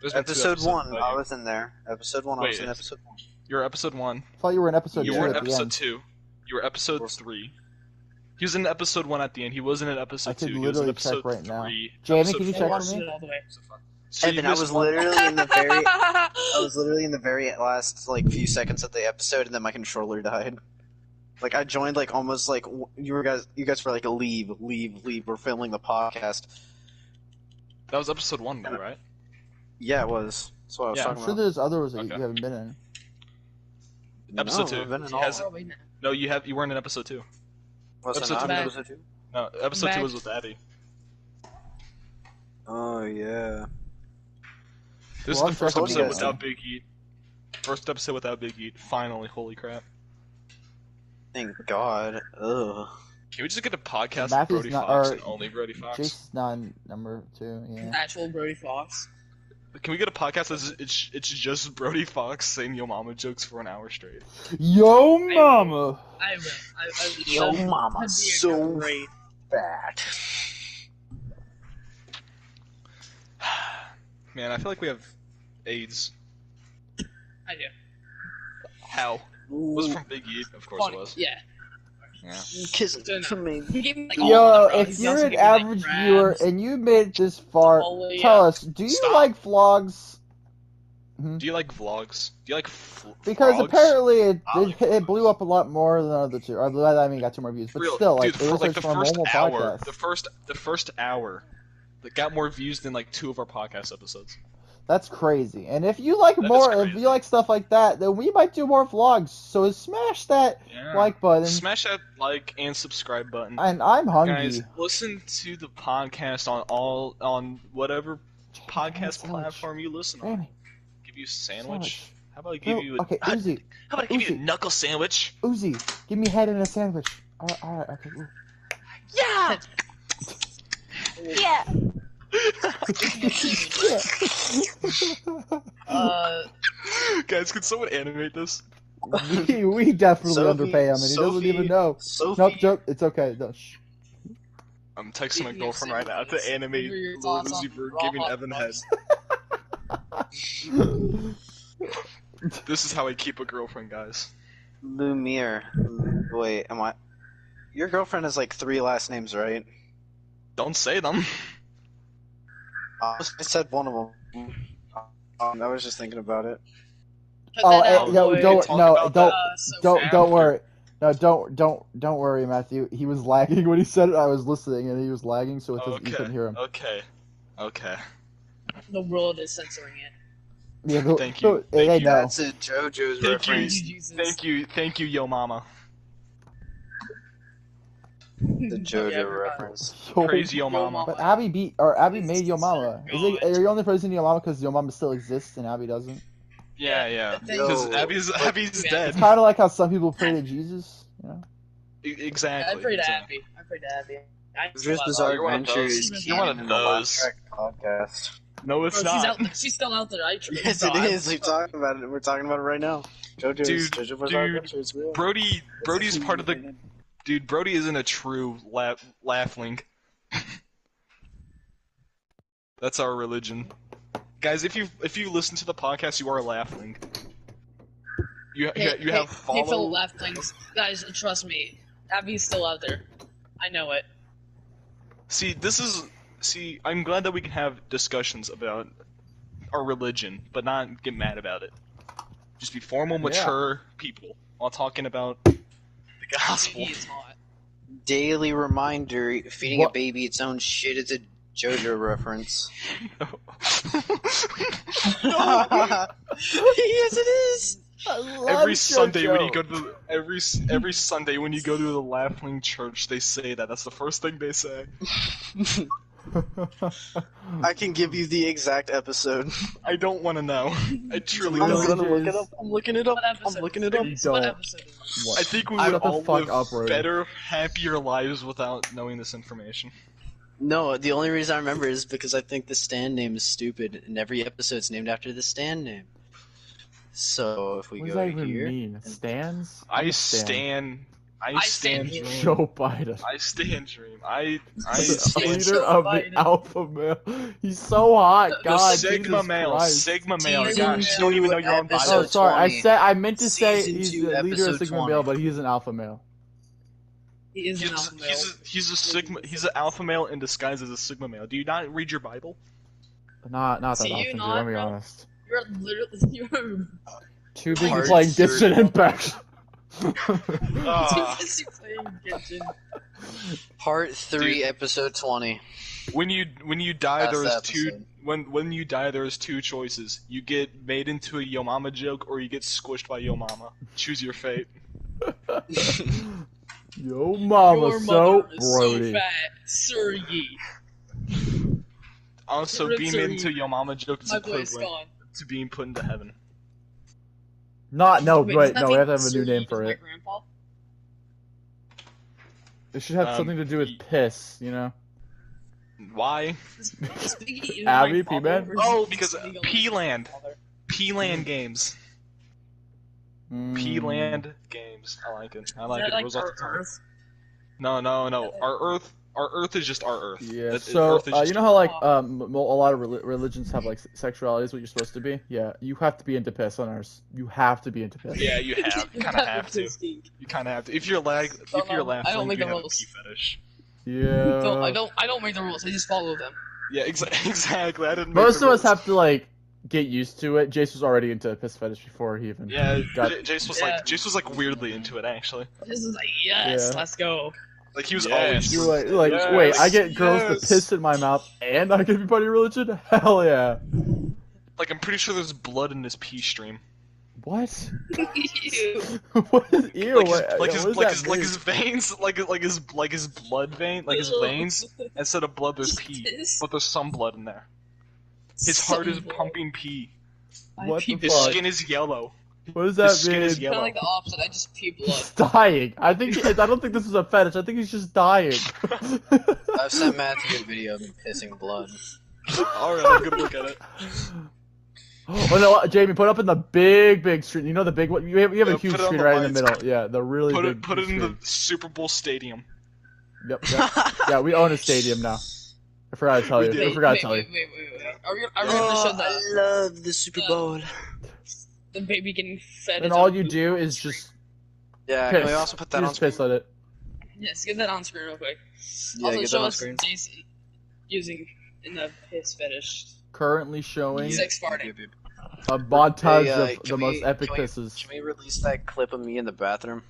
C: There's been two
D: episode
C: episodes
D: one.
C: without
D: I
C: you.
D: was in there. Episode one. I
C: Wait,
D: was in
C: it's-
D: episode one.
C: You're episode one.
A: I thought you were in episode
C: you
A: two
C: were in
A: at the
C: episode
A: end.
C: two. You were episode three. He was in episode one at the end. He wasn't in episode
A: I could
C: two. He was in
A: literally
C: episode
A: check right now.
C: three.
A: Jamie,
C: Episode
A: can you
B: I
A: check for
C: four.
B: watched
A: me?
B: it all the way.
C: So you
D: Evan, I
C: missed
D: was
C: one.
D: literally in the very.
B: Oh,
D: I was literally in the very last like few seconds of the episode, and then my controller died. Like I joined like almost like w- you were guys. You guys were like leave, leave, leave. We're filming the podcast.
C: That was episode one, though, right?
D: Yeah, it was. That's what I was
C: Yeah.
A: I'm sure
D: talking about.
A: there's others that you-
C: Okay.
A: you haven't been in.
C: Episode
D: No,
C: two.
D: I've been in
C: He
D: all
C: has-
D: of
B: Probably not.
C: No, you have. You weren't in episode two.
D: them. Was I
C: episode
D: not in
B: two.
D: episode two?
C: No, episode
B: Back.
C: two was with Addy.
D: Oh yeah.
A: Well,
C: This is
A: I'm
C: the first
A: sure
C: episode
D: Cody is.
C: without Big Eat. First episode without Big Eat. Finally, holy crap!
D: Thank God. Ugh.
C: Can we just get a podcast with
A: Matthew's
C: Brody
A: not-
C: Fox
A: or-
C: and only Brody Fox?
A: Jason's not in number two. Yeah.
B: Actual Brody Fox.
C: Can we get a podcast that's it's it's just Brody Fox saying yo mama jokes for an hour straight?
A: Yo, mama.
B: I will. I, I will.
D: Yo,
B: That'd
D: mama,
B: be a
D: so
B: great.
D: bad.
C: Man, I feel like we have AIDS.
B: I do.
C: How? Was it from Big E? Of course
B: Funny.
C: it was.
B: Yeah.
C: Yeah.
D: Kiss
B: Don't know.
D: me.
B: Give me, like, all
A: Yo,
B: the
A: if
B: drugs,
A: you're
B: give
A: an
B: me, like,
A: average
B: crabs.
A: viewer and you made it this far,
B: Oh, yeah.
A: tell us, do you
C: Stop.
A: like vlogs?
C: Do you like vlogs? Do you like fl-
A: Because
C: frogs?
A: apparently it,
C: I like
A: it, it blew up a lot more than the other two. Or I mean, got two more views, but
C: Real-
A: still, like
C: dude,
A: it
C: for,
A: was
C: like
A: like
C: the
A: for a
C: first
A: normal
C: hour, the
A: podcast.
C: first the first hour, that got more views than like two of our podcast episodes.
A: That's crazy. And if you like
C: That is
A: more, if
C: crazy.
A: you like stuff like that, then we might do more vlogs. So smash that
C: Yeah.
A: like button.
C: Smash that like and subscribe button.
A: and I'm hungry.
C: Guys, listen to the podcast on all on whatever podcast
A: Sandwich.
C: platform you listen on.
A: Jamie,
C: Give you a sandwich.
A: sandwich.
C: How about I
A: No,
C: give you a
A: okay,
C: how
A: Uzi,
C: about I give you a
A: Uzi.
C: knuckle sandwich?
A: Uzi, give me head and a sandwich. All right, all right, okay. ooh.
E: Yeah. Yeah.
B: Uh,
C: Guys, could someone animate this?
A: we, we definitely
D: Sophie-
A: underpay him, and he doesn't
D: Sophie-
A: even know.
D: Sophie.
A: Nope, joke. It's okay. No, shh.
C: I'm texting my
B: Speaking of
C: girlfriend right now to
B: sandwiches, what
C: animate
B: are your
C: Lil
B: thoughts
C: Uzi
B: on
C: for
B: raw
C: giving
B: hot
C: Evan head.
B: dogs?
C: This is how I keep a girlfriend, guys.
D: Lumiere. Wait, am I? Your girlfriend has like three last names, right?
C: Don't say them.
D: I was- I said one of them. Um, I was just thinking about it.
B: cut
A: oh,
B: that
A: eh,
B: out,
A: no,
B: boys.
A: don't,
C: Talk
A: no,
C: about
A: don't,
B: Uh, so
A: don't,
C: Sam.
A: don't worry. No, don't, don't, don't worry, Matthew. He was lagging when he said it. I was listening, and he was lagging, so it doesn't, you couldn't
C: Okay.
A: hear him.
C: Okay. Okay.
B: the world is censoring it.
A: Yeah, but,
C: Thank you.
A: but- hey,
C: Thank you.
A: no.
D: That's it, JoJo's
C: Thank you.
D: reference.
B: Jesus.
C: Thank you, thank you, yo mama.
D: The JoJo reference.
A: Yo,
C: Crazy yo
B: Yo
C: mama.
A: But Abby beat or Abby made Yo Mama. Is it,
C: God.
A: are you only praising Yo Mama because Yo Mama still exists and Abby doesn't?
C: Yeah, yeah.
B: Thank you.
D: Yo.
C: Because Abby's Abby's
B: Yeah.
C: dead.
A: It's kind of like how some people pray to Jesus. You know?
C: E-
B: I
C: Exactly.
B: pray to
C: exactly.
B: Abby. I pray to Abby. I
D: Just
C: Bizarre
D: Bizarre
C: you're one of
D: Adventures.
C: those. You're one of
D: in the Laugh
C: those.
D: Track podcast.
C: No,
B: Bro,
C: it's
B: she's,
C: not.
B: out there. she's still out there. I tripped.
D: Yes, it
B: Bro, I-
D: is. We're talking about it. We're talking about it right now. JoJo's
C: Dude,
D: JoJo Bizarre
C: dude,
D: Adventures. Real.
C: Brody, Brody's part of the dude. Brody isn't a true laugh laugh link. That's our religion. Guys, if you if you listen to the podcast, you are laughing. You you, you have
B: hey, fellow
C: follow.
B: leftlings, guys, trust me, Abby's still out there. I know it.
C: see, this is see. I'm glad that we can have discussions about our religion, but not get mad about it. Just be formal, mature people while talking about the gospel.
B: He is hot.
D: Daily reminder: feeding
A: What?
D: a baby its own shit is a JoJo reference. yes, it is.
C: every Sunday when you go to the, every every Sunday when you go to the Laughing Church, they say that. That's the first thing they say.
D: I can give you the exact episode.
C: I don't want to know. I truly
A: I'm
C: don't.
A: gonna look it up.
D: Oh, I'm looking it up.
B: What episode?
D: it
A: You
B: What
A: don't.
B: episode is it?
A: What?
C: I think we
A: Shut
C: would
A: the
C: all
A: fuck
C: live
A: up, Rory.
C: better, happier lives without knowing this information.
D: No, the only reason I remember is because I think the stand name is stupid, and every episode's named after the stand name. So if we
A: What does
D: go
A: that even
D: here,
A: mean? Stands?
C: I
A: I'm a stan.
C: stand. I
B: I stand
C: stand
B: here.
C: dream.
A: Joe Biden.
C: I stand dream. I I
A: The
C: stand.
A: leader
B: Joe
A: of
B: Biden.
A: the alpha male. He's so hot.
B: The
C: The
A: God,
C: Sigma
A: Jesus
C: male.
A: Christ.
C: Sigma male.
B: Season
C: Gosh, you don't even know your own
D: two,
A: Oh,
C: bio.
D: episode-
A: sorry. I
D: 20.
A: said I meant to say
D: Season
A: he's
D: two,
A: the leader of
D: episode
A: Sigma
D: 20.
A: male, but he's an alpha male.
B: He is
C: He's,
B: an alpha
C: he's,
B: male.
C: a, he's a sigma. He's an alpha male in disguise as a sigma male. Do you not read your Bible?
A: Not, not that
B: See, you
A: often, dude,
B: not,
A: let me be
B: bro.
A: honest.
B: You're literally you're.
A: Too busy
D: Hard
A: playing
D: third.
A: Gibson Impact.
C: Ah.
B: Is he playing Genshin?
D: part three, episode twenty.
C: When you when you die,
D: That's the
C: there's two.
D: episode.
C: When when you die, there's two choices. You get made into a yo mama joke, or you get squished by yo mama. Choose your fate.
A: Yo, mama,
B: Your
A: so
B: mother is
A: Brody.
B: so fat, Sir Yi.
C: Also,
B: You're
C: being
B: so
C: made into a
B: you-
C: yo mama joke is
B: My voice
C: equivalent
B: gone.
C: to being put into heaven.
A: Not, Ah, no,
B: Wait,
A: wait,
B: does that
A: no, we
B: mean
A: have to have a
B: Sir
A: new
B: Yi
A: name
B: is
A: for
B: my
A: it.
B: grandpa?
A: It should have
C: Um,
A: something to do with
C: y-
A: piss, you know?
C: Why?
B: Is Piggy in
A: Abby,
B: my father,
A: P-Man?
B: or is
C: Oh,
B: Piggy
C: because
B: in my
C: P-Land.
B: father?
C: P-Land games.
A: Mm.
C: P-Land games. I like it. I
B: Is that
C: like it. it.
B: like
C: rolls off
B: our
C: the tongue.
B: Earth?
C: No, no, no. Our Earth, our Earth is just our Earth.
A: Yeah.
C: That-
A: so
C: Earth is
A: uh,
C: just
A: you know how like
B: Earth.
A: um, m- a lot of reli- religions have like s- sexuality is what you're supposed to be. Yeah, you have to be into piss on ours. You have to be into piss.
C: Yeah, you have. You kind of have to. You kind of have to. If you're lag,
B: Don't
C: if you're
B: know. I
C: lag,
B: don't make
C: you
B: the
C: have a
B: rules.
C: pee fetish.
A: Yeah.
B: No, I don't. I don't make the rules. I just follow them.
C: Yeah, exa- exactly. I didn't. make
A: Most
C: the
A: of us
C: rules.
A: have to like get used to it. Jace was already into piss fetish before he even.
C: Yeah,
A: Got-
C: J- Jace was
B: Yeah.
C: like Jace was like weirdly into it actually.
B: This is like yes,
A: Yeah.
B: let's go.
C: Like he was always.
D: Yes.
A: You're like, like wait, I get girls to
C: yes.
A: piss in my mouth and I can be part of your religion? Hell yeah.
C: Like I'm pretty sure there's blood in his pee stream.
A: What?
B: Ew.
A: what is ew?
C: Like his,
A: what,
C: like
A: what
C: his,
A: does
C: like
A: that
C: his, like
A: mean?
C: his veins, like his- like his like his blood vein, like his
B: Ew.
C: veins. Instead of blood, there's pee,
B: This
C: but there's some blood in there. His heart is pumping pee.
B: I
A: What
B: pee
A: the
C: His
A: Fuck.
C: skin is yellow.
A: What does
C: His
A: that
C: skin
A: mean?
C: is
B: Kind of
C: yellow.
B: like the opposite. I just pee blood.
A: He's dying. I think I don't think this is a fetish. I think he's just dying.
D: I've sent Matthew a video of me pissing blood.
C: All right, I'm gonna look at it.
A: oh no, Jamie, put up in the big, big screen. You know the big one. You have, you have
C: Yeah,
A: a huge
C: put it on
A: screen
C: the
A: right in the
C: lights.
A: middle. Yeah, the really
C: Put
A: big.
C: it put it in
A: screen.
C: the Super Bowl stadium.
A: Yep. Yeah. yeah, we own a stadium now. I forgot to tell
C: We
A: you.
C: do.
A: I forgot to
B: wait,
A: tell you.
B: wait, wait, wait, wait. Are we, are we gonna
C: Uh,
B: show Oh, the,
D: love the Super
B: Bowl. the baby getting fed?
A: And
B: is
A: all
B: a
A: you
B: poop?
A: do is just
D: Yeah,
A: piss.
D: can we also put that
A: you
D: on
A: just piss
D: screen?
A: on it.
B: Yes, get that on screen real quick.
D: Yeah,
B: also,
D: get
B: show
D: that on
B: us
D: screen.
B: Jason using in the piss fetish.
A: Currently showing
B: Sex farting.
A: a montage
D: Hey, uh,
A: of the
D: can
A: most
D: we-
A: epic
D: can we-
A: pisses.
D: Can we release that clip of me in the bathroom?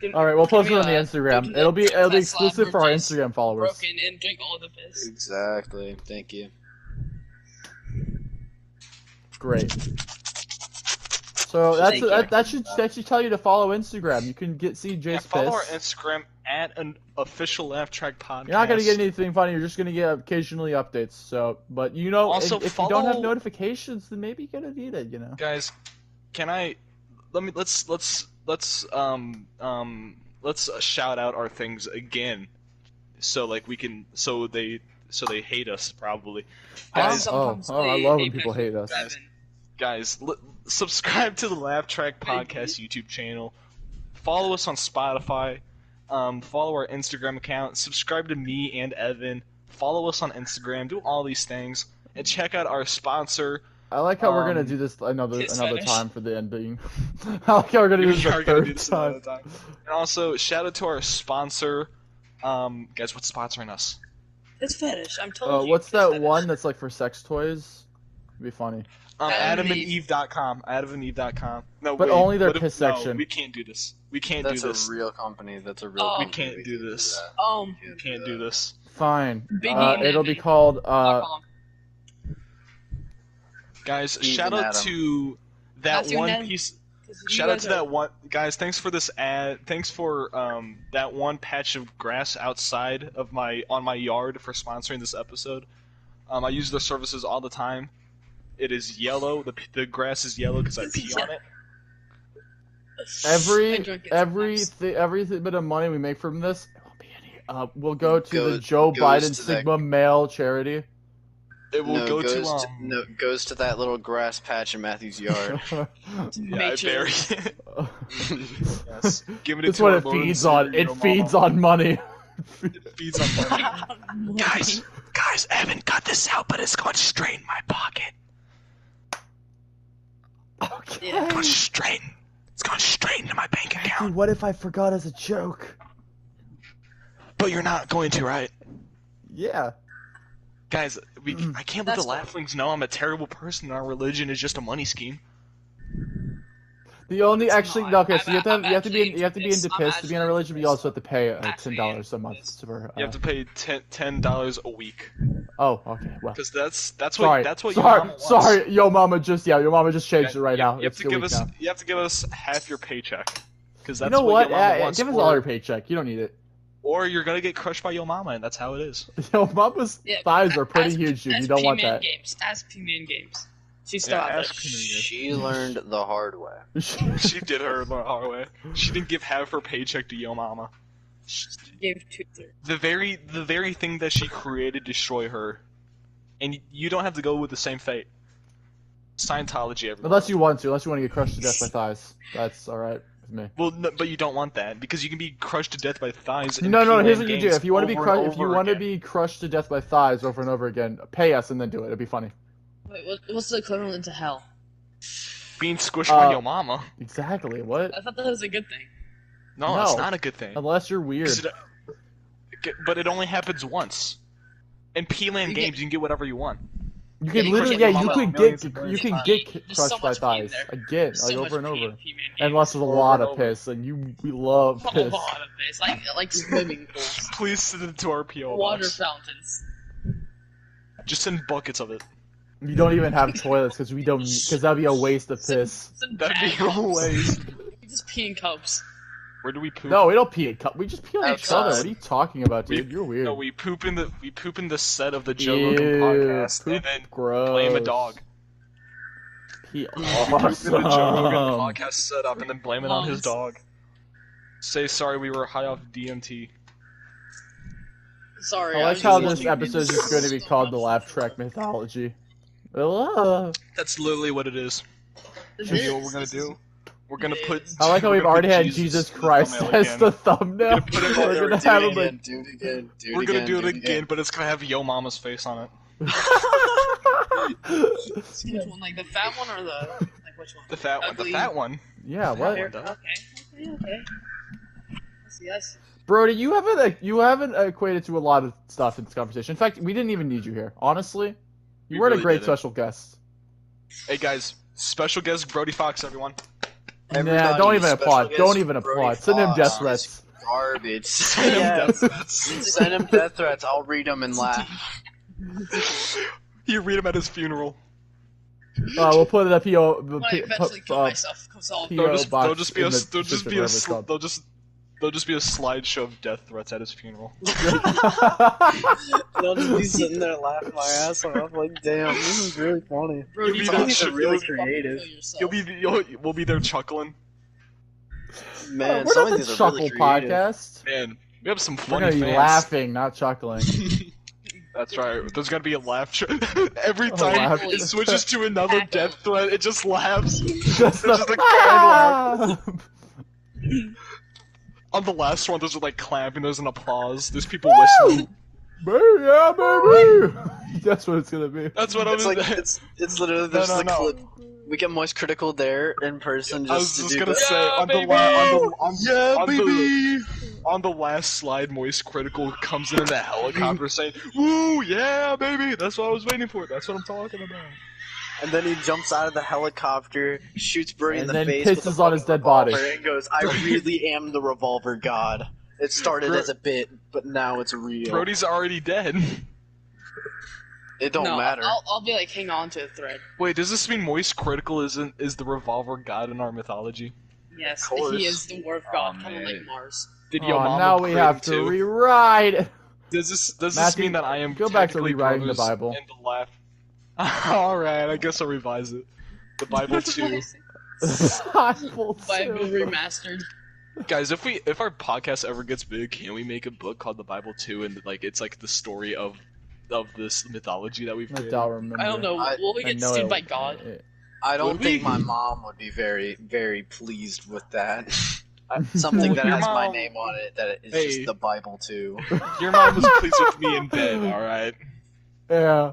B: Getting
A: All right, we'll post it
B: we,
A: on the
B: uh,
A: Instagram.
B: do the
A: It'll be it'll be
B: press slab
A: exclusive for our
B: versus
A: Instagram followers.
B: broken and drink all the piss.
D: Exactly. Thank you.
A: Great. So that's
B: Thank you.
A: that, that should that should tell you to follow Instagram. You can get see
C: And
A: Jace
C: follow our
A: piss.
C: Instagram at an official laugh track podcast.
A: You're not gonna get anything funny. You're just gonna get occasionally updates. So, but you know,
C: Also
A: if, if you don't have
C: follow-
A: notifications, then maybe you're gonna need it. You know.
C: guys. Can I? Let me. Let's let's let's um um let's uh, shout out our things again, so like we can so they so they hate us probably.
A: Guys-
B: Sometimes
A: oh, oh, I
B: they
A: love
B: hate
A: when people
B: me.
A: hate us.
B: Seven.
C: guys l- subscribe to the laugh track podcast youtube channel follow us on spotify um, follow our Instagram account, subscribe to me and Evan, follow us on Instagram, do all these things, and check out our sponsor.
A: I like how we're gonna
C: Um,
A: do this another
B: it's
A: another
B: finished.
A: time for the ending. I like how we're gonna do
C: We
A: this
C: are
A: a
C: gonna do
A: third
C: this
A: time.
C: another time. And also, shout out to our sponsor. Um, guys, what's sponsoring us?
F: It's fetish. I'm telling
A: Uh,
F: you.
A: what's
F: it's
A: that
F: fetish.
A: one that's like for sex toys? It'd be funny.
C: Um,
B: Adam and
C: AdamandEve.com. AdamandEve.com. No,
A: But
C: wait,
A: only their
C: what if-
A: piss
C: no,
A: section.
C: we can't do this. We can't
D: That's
C: do
D: a
C: this.
D: real company. That's a real.
B: Oh.
D: company.
C: We can't do this.
D: that.
B: Um,
C: We can't do this.
A: Fine.
B: Biggie
A: Uh,
B: and
A: it'll be
B: Evan.
A: called uh,
B: .com.
C: Guys,
D: Even
C: shout out
D: Adam.
C: to that
B: That's your
C: one
B: name.
C: piece.
B: 'Cause you
C: Shout out
B: guys
C: to
B: are-
C: that one guys. Thanks for this ad. Thanks for um that one patch of grass outside of my on my yard for sponsoring this episode. Um, I use their services all the time. It is yellow. The p- the grass is yellow because I pee on it.
B: I
A: every
B: drink it
A: every
B: sometimes.
A: thi- every thi- bit of money we make from this. it won't be any- Uh, will go to the
D: Goes-
A: Joe
D: goes
A: Biden
D: to that-
A: Sigma male charity.
C: It will
D: no,
C: go
D: goes
C: to um.
D: no, goes to that little grass patch in Matthew's yard.
C: yeah, I
B: Nature.
C: bury it. yes. Give it
A: That's
C: to
A: what
C: our
A: it
C: Lord and
A: feeds on.
C: Savior,
A: It
C: your
A: feeds
C: mama.
A: on money.
C: It feeds on. money. guys, guys, Evan, cut this out, but it's going straight in my pocket.
A: okay.
F: Yeah.
C: It's going straight. It's going straight into my bank account.
A: Dude, what if I forgot as a joke?
C: But you're not going to, right?
A: Yeah.
C: Guys, we,
A: Mm.
C: I can't let the
B: That's fine.
C: Laughlings know I'm a terrible person and our religion is just a money scheme.
A: The only
B: It's
A: actually no,
B: not.
A: okay, so you have
B: I'm-
A: to have,
B: I'm
A: you have to be
B: actually
A: in, you have to be
B: into
A: into
B: this. I'm
A: piss to be in a
B: actually
A: religion, but you
B: into
A: also have to pay uh,
B: I'm
A: ten
B: actually
A: dollars a
B: into
A: month
B: this.
A: for.
C: You
A: uh,
C: have to pay ten dollars a week
A: Oh, okay. Well,
C: because that's that's what
A: sorry,
C: that's what
A: sorry,
C: your mama wants.
A: sorry. Yo, mama just yeah, your mama just
C: You-
A: changed it right
C: you-
A: now.
C: You have
A: It's
C: to
A: your
C: give
A: week
C: us
A: now.
C: you have to give us half your paycheck because
A: You
C: that's
A: know
C: what,
A: what?
C: your mama
A: Uh,
C: wants.
A: give us
C: or,
A: all your paycheck. You don't need it.
C: or you're gonna get crushed by your mama, and that's how it is.
A: Yo, mama's
B: Yeah,
A: thighs are pretty
B: ask-
A: huge, dude. You
B: ask
A: don't want
B: P-Man
A: that.
B: Games. Ask P-Man Games. She's still
C: Yeah,
B: out there.
C: ask her.
D: she learned the hard way.
C: she did her the hard way. She didn't give half her paycheck to your mama.
B: Gave two three.
C: the very the very thing that she created destroy her, and you don't have to go with the same fate. Scientology, everyone.
A: unless you want to, unless you want to get crushed to death by thighs. That's all right with me.
C: Well, no, but you don't want that because you can be crushed to death by thighs. in
A: No, no.
C: P-Man
A: Here's what you do.
C: games
A: If you want to be
C: over and
A: crushed, if you
C: over
A: want to
C: again.
A: be crushed to death by thighs over and over again, pay us and then do it. It'd be funny.
B: Wait, what, what's the equivalent to hell?
C: being squished
A: uh,
C: by your mama,
A: Exactly. What?
B: I thought that was a good thing.
C: no, it's
A: no.
C: not a good thing.
A: Unless you're weird.
C: 'Cause it- but it only happens once. In P-Land
B: You get-
C: games, you can get whatever you want.
A: You
B: Yeah,
A: can
B: you
A: literally,
B: could
A: yeah,
B: get
A: you
B: mama
A: could
C: millions
A: get,
C: of
A: you
C: millions
A: can
B: of
A: get
B: times. There's
A: crushed
B: so
A: by
B: much pain
A: thighs
B: there.
A: again,
B: There's
A: like over
B: so much
A: and
B: pain
A: over.
B: in P-Man Games.
A: Unless there's a
C: Over
A: lot
C: and
A: of
C: over.
A: piss, and you we love
B: a
A: piss.
B: lot of this, like like swimming pools,
C: Please send it to our PO
B: water
C: box.
B: fountains.
C: Just send buckets of it.
A: We don't even have toilets because we don't, because that'd be a waste of piss.
B: Some
C: That'd
B: bad
C: be a
B: cups.
C: waste.
B: We Just pee in cups.
C: Where do we poop?
A: No, we don't pee in cup. We just pee on each
D: Outside.
A: other. What are you talking about,
C: We-
A: dude? You're weird.
C: No, we poop in the we poop in the set of the Joe
A: Ew,
C: Rogan podcast
A: poop
C: and then
A: gross.
C: blame a dog.
A: Pee
C: We poop in the Joe
A: awesome.
C: Rogan podcast setup and then blame it on his dog. Say sorry, we were high off DMT.
B: Sorry.
A: I
B: I'm
A: like
B: just
A: how
B: listening
A: this
B: to
A: episode is
B: this.
A: just going to be
B: So
A: called the
B: much.
A: laugh track mythology. Hello.
C: That's literally what it is.
B: This
C: You
B: is-
C: know what we're gonna do? We're gonna
B: It
C: put.
B: is.
A: I like how
C: we're
A: we've
C: gonna put
A: already had Jesus
C: in the
A: Christ
C: thumbnail
A: as
C: again.
A: the thumbnail.
C: We're gonna put it
A: We're
C: there,
A: gonna
C: do
A: have
C: it
A: him like,
D: do it again. Do
C: We're gonna do it again, but it's gonna have Yo Mama's face on it.
B: Which one, like the fat one or the like which one?
C: The fat one. The
B: Ugly.
C: fat one.
A: yeah,
C: That
A: what?
C: one,
B: Okay,
C: duh.
B: okay, okay. I see, I see.
A: Brody, you haven't uh, you haven't equated to a lot of stuff in this conversation. In fact, we didn't even need you here. Honestly, you
C: We
A: weren't a
C: really
A: great
C: didn't.
A: special guest.
C: Hey guys, special guest Brody Fox, everyone.
A: nah, don't even applaud. Don't even applaud. Send him death threats.
D: Garbage. Send him death threats. Send him death threats. I'll read them and laugh.
C: You read him at his funeral.
A: Uh, we'll put the PO. The
B: When I
A: P-
B: eventually
A: pu-
B: kill
A: uh,
B: myself, because I'll
A: P-
C: There'll
A: PO
C: just,
A: box
C: there'll just be
A: in
C: a
A: the
C: there'll just
A: description,
C: be a
A: whatever it's
C: sl-
A: called.
C: there'll just there'll just be a slideshow of death threats at his funeral.
D: They'll just be sitting there laughing my ass off. Like, damn, this is really funny.
B: Brody,
C: You'll be
B: you
C: that
B: fucking
C: shit-
B: kill
C: really
B: yourself.
D: creative.
B: Kill yourself.
C: You'll be you'll, we'll be there chuckling.
A: Oh,
D: Man,
A: we're
D: some
A: not
D: of
A: the
D: these are
A: chuckle
D: really creative.
A: podcast.
C: Man, we have some
A: We're
C: funny
A: gonna be
C: fans.
A: laughing, not chuckling.
C: That's right. There's gonna be a laugh track every
A: A
C: time
A: laugh
C: it
A: track.
C: switches to another death threat. It just laughs.
A: Just
C: It's just
A: the-
C: a canned laugh. on the last one, there's like clapping, there's an applause, there's people whistling.
A: Baby, yeah, baby. That's what it's gonna be.
C: That's what I
D: It's
C: was.
D: like it's it's literally
C: No,
D: there's
C: no,
D: the
C: no.
D: clip. We get most critical there in person. Just
C: I was
D: to
C: just
D: do
C: gonna
D: the-
C: say
B: Yeah,
C: on the la- on the on, yeah, on the baby. on the last slide, Moist Critical comes in in the helicopter saying, "Woo, yeah, baby! That's what I was waiting for. That's what I'm talking about."
D: and then he jumps out of the helicopter, shoots Bernie in
A: And
D: the
A: then
D: face, with
A: pisses
D: a
A: on his
D: fucking
A: dead body.
D: revolver and goes, "I really am the revolver god." It started
C: Bro-
D: as a bit, but now it's real.
C: Brody's already dead.
D: it don't
B: no,
D: matter.
B: I'll, I'll be like, hang on to the thread.
C: Wait, does this mean Moist Critical isn't is the revolver god in our mythology?
B: Yes,
D: course.
B: he is the war of God,
C: Aw,
B: kind of
C: Oh, man.
B: like Mars.
C: Did
A: Oh,
C: your mama
A: now we
C: create
A: have
C: him
A: to
C: too?
A: rewrite. it.
C: Does this does this
A: Matthew,
C: mean that I am
A: go back to
C: technically
A: rewriting the
C: brothers
A: Bible.
C: and the left? All right, I guess I'll revise it. The Bible too,
A: Bible
B: Bible
A: too.
B: remastered.
C: guys. If we if our podcast ever gets big, can we make a book called the Bible too? And like it's like the story of of this mythology that we've
A: I
C: created.
A: don't remember.
B: I don't know.
D: I-
B: Will we
A: I
B: get
A: know
B: sued
A: it-
B: by God?
D: I don't
C: Would
D: think
C: we?
D: my mom would be very, very pleased with that. Something that
C: Your
D: has my
C: mom-
D: name on it that is
C: Hey.
D: just the Bible too.
C: Your mom was pleased with me in bed. All right.
A: Yeah.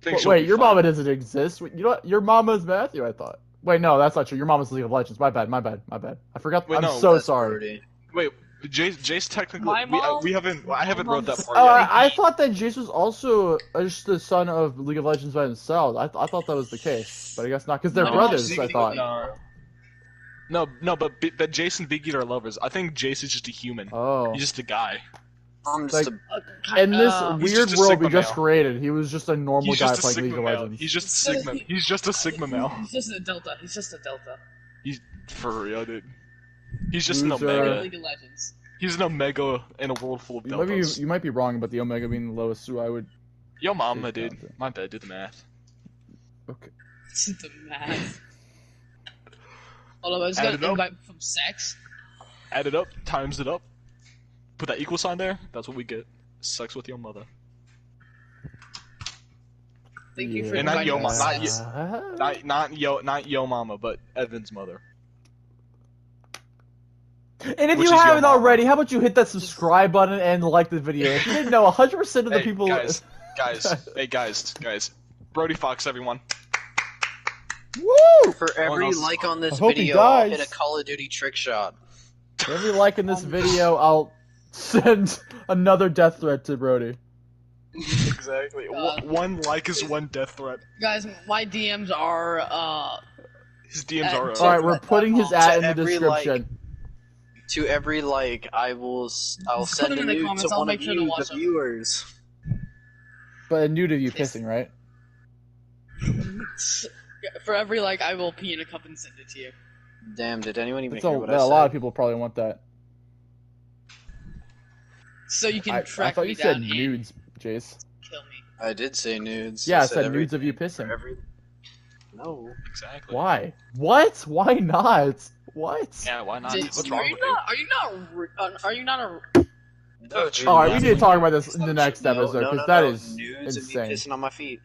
C: Think
A: Wait,
C: she'll
A: wait,
C: be
A: your
C: fine.
A: mama doesn't exist. Wait, You know what? Your mama's Matthew. I thought. Wait, no, that's not true. Your mama's League of Legends. My bad. My bad. My bad. I forgot.
C: Wait,
A: I'm
C: no,
A: so
D: That's
A: Oh, sorry.
D: pretty.
C: Wait, Jace, Jace technically.
B: My
C: we, uh,
B: mom-
C: we haven't. I haven't
B: my
C: wrote that
B: mom's-
C: part
A: Oh,
C: yet.
A: I, I thought that Jace was also uh, just the son of League of Legends by themselves. I, th- I thought that was the case, but I guess not because they're
B: No,
A: brothers.
B: she's
A: I thought.
C: No, uh, no, no but B- but Jace and Big Eat are lovers. I think Jace is just a human.
A: Oh.
C: He's just a guy.
D: I'm just
A: Like,
D: a
B: Uh, ki-
A: In this
B: uh,
C: he's
A: weird
C: just a
A: world we
C: Sigma
A: just
C: male.
A: created, he was just a normal
C: He's
A: guy
C: just a
A: playing League
C: Sigma
A: of
C: male.
A: Legends.
C: He's just Sigma. He's just a Sigma male.
B: He's just a Delta. He's just a Delta.
C: He's for real, dude. He's just an
A: Loser.
B: Like
C: omega.
B: League of Legends.
C: He's an omega in a world full of
A: You might, be,
C: deltas.
A: you might be wrong about the Omega being the lowest, so I would.
C: Yo, mama, dude.
A: Delta.
C: My bad. Do the math.
B: It's the math. Hold on, I just
C: Add
B: got
C: it
B: an
C: up.
B: invite from sex.
C: Add it up. Times it up. Put that equal sign there. That's what we get. Sex with your mother.
B: Thank you for
C: And not
B: inviting
C: yo,
B: me.
C: mom, not
B: sex.
C: Not not yo not yo mama, but Evan's mother.
A: And if
C: Which
A: you
C: is your
A: haven't
C: mom.
A: already, how about you hit that subscribe button and like the video? If you didn't know, 100% of the
C: Hey,
A: people.
C: guys. Guys, hey guys, guys. Brody Fox, everyone.
A: Woo!
D: For every
C: else-
D: like on
A: I
D: this
A: hope he
D: video, I'll
A: dies.
D: hit a Call of Duty trick shot.
A: Every like in this video, I'll send another death threat to Brody.
C: Exactly.
B: God.
C: one like is one death threat.
B: Guys, my DMs are uh
C: His DMs are.
B: All
A: Alright, we're putting his
D: To
A: ad in the
D: every
A: description.
D: To every like, I will s- I'll
B: Just put them
D: send a
B: in the
D: nude
B: comments,
D: to
B: I'll
D: one
B: make
D: of
B: sure to
D: you,
B: watch
D: the
B: them.
D: viewers.
A: But a nude of you pissing, right?
B: for every like I will pee in a cup and send it to you.
D: Damn, did anyone even
A: That's a,
D: hear what I
A: a
D: said?
A: lot of people probably want that.
B: So you can
A: I, I
B: track
A: thought
B: me
A: you
B: down eh?
A: said
B: and
A: nudes, Jace.
B: kill me.
D: I did say nudes.
A: Yeah,
D: I
A: I said nudes of you pissing.
D: everything. For every- No.
C: Exactly.
A: Why? What? Why not? What?
C: Yeah, why not?
B: Jason,
C: What's wrong
B: are you
C: with you?
B: not are you not re- uh, are you not a
D: No, dude,
A: Alright, we need to talk about this in
D: no,
A: the next
D: no,
A: episode,
D: no, no,
A: because that
D: no,
A: is
D: nudes of
A: insane.
D: me pissing on my feet.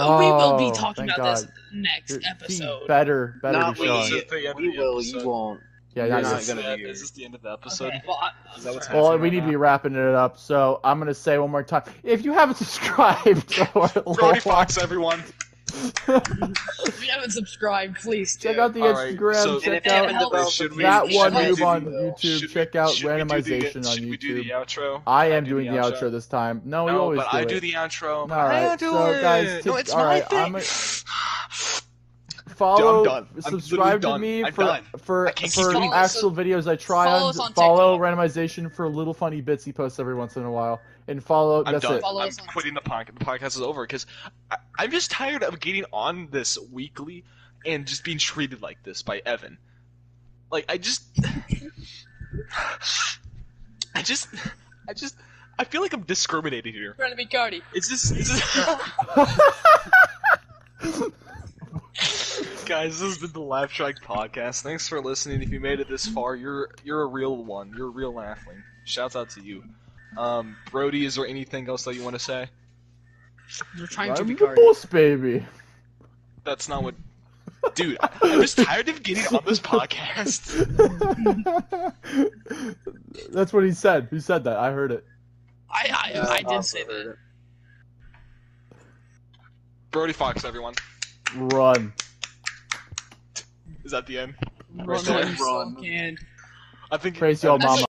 B: Oh, we will be
A: Oh,
B: talking
A: thank
B: about this
A: God.
B: next
A: You're- he
B: episode.
A: Better, better
D: Not
A: be
D: we.
A: showing.
C: Is it the end of
D: We
C: the
D: will,
C: episode?
D: you won't.
A: Yeah,
D: You're
A: yeah,
D: not
A: yeah.
C: is,
D: gonna
C: that-
D: be here.
C: is this the end of the episode?
B: Okay, well, I,
C: Is that what's
B: sorry.
C: happening?
A: Well, we
C: right
A: need to
C: now.
A: be wrapping it up, so I'm gonna say one more time: if you haven't subscribed to our
C: Brody
A: Lord,
C: Fox, everyone.
B: if you haven't subscribed, please do.
A: check out the
C: All right,
A: Instagram,
C: so-
A: check
B: And if
A: out
B: Evan helped
D: us,
C: should we-
A: that
C: should
A: one
C: we
A: move
C: do-
A: on YouTube,
C: should we-
A: check out
C: should we do the-
A: randomization on
C: Should we do the
A: YouTube.
C: outro?
A: I am
C: do
A: doing
C: the
A: the outro.
C: outro.
A: this time. No, we
C: No,
A: always
C: but
A: do
C: I
A: it.
C: do the outro.
A: All right,
C: I do
A: so
C: it.
A: guys,
C: no,
A: to-
C: it's
A: all
C: my
A: right,
C: thing.
A: I'm a- follow,
C: done. I'm literally
A: subscribe to
C: done.
A: me
C: I'm
A: for
C: done.
A: for
C: I can't keep
A: for
C: doing this.
A: actual videos I try
B: Follow
A: on.
B: us on
A: follow
B: TikTok.
A: randomization for little funny bits he posts every once in a while, and follow.
C: I'm
A: that's
C: done.
A: it.
B: Follow
C: I'm
B: us on-
C: quitting the podcast. The podcast is over because I'm just tired of getting on this weekly and just being treated like this by Evan. Like I just, I just, I just, I feel like I'm discriminated here.
B: Trying to be Cardi.
C: It's just, it's just guys. This has been the Laugh Track Podcast. Thanks for listening. If you made it this far, you're you're a real one. You're a real laughling. Shouts out to you. Um, Brody, is there anything else that you want to say?
B: You're trying to
A: I'm
B: be
A: the
B: Cardi.
A: boss, baby.
C: That's not what. dude, I'm just tired of getting on this podcast.
A: That's what he said. He said that. I heard it.
B: I I, I did say that.
C: Brody Fox, everyone,
A: Run.
C: is that the end?
B: Run
C: Right there.
B: while you still
D: Run.
B: can.
C: I think
A: Praise your
B: That's
A: mama.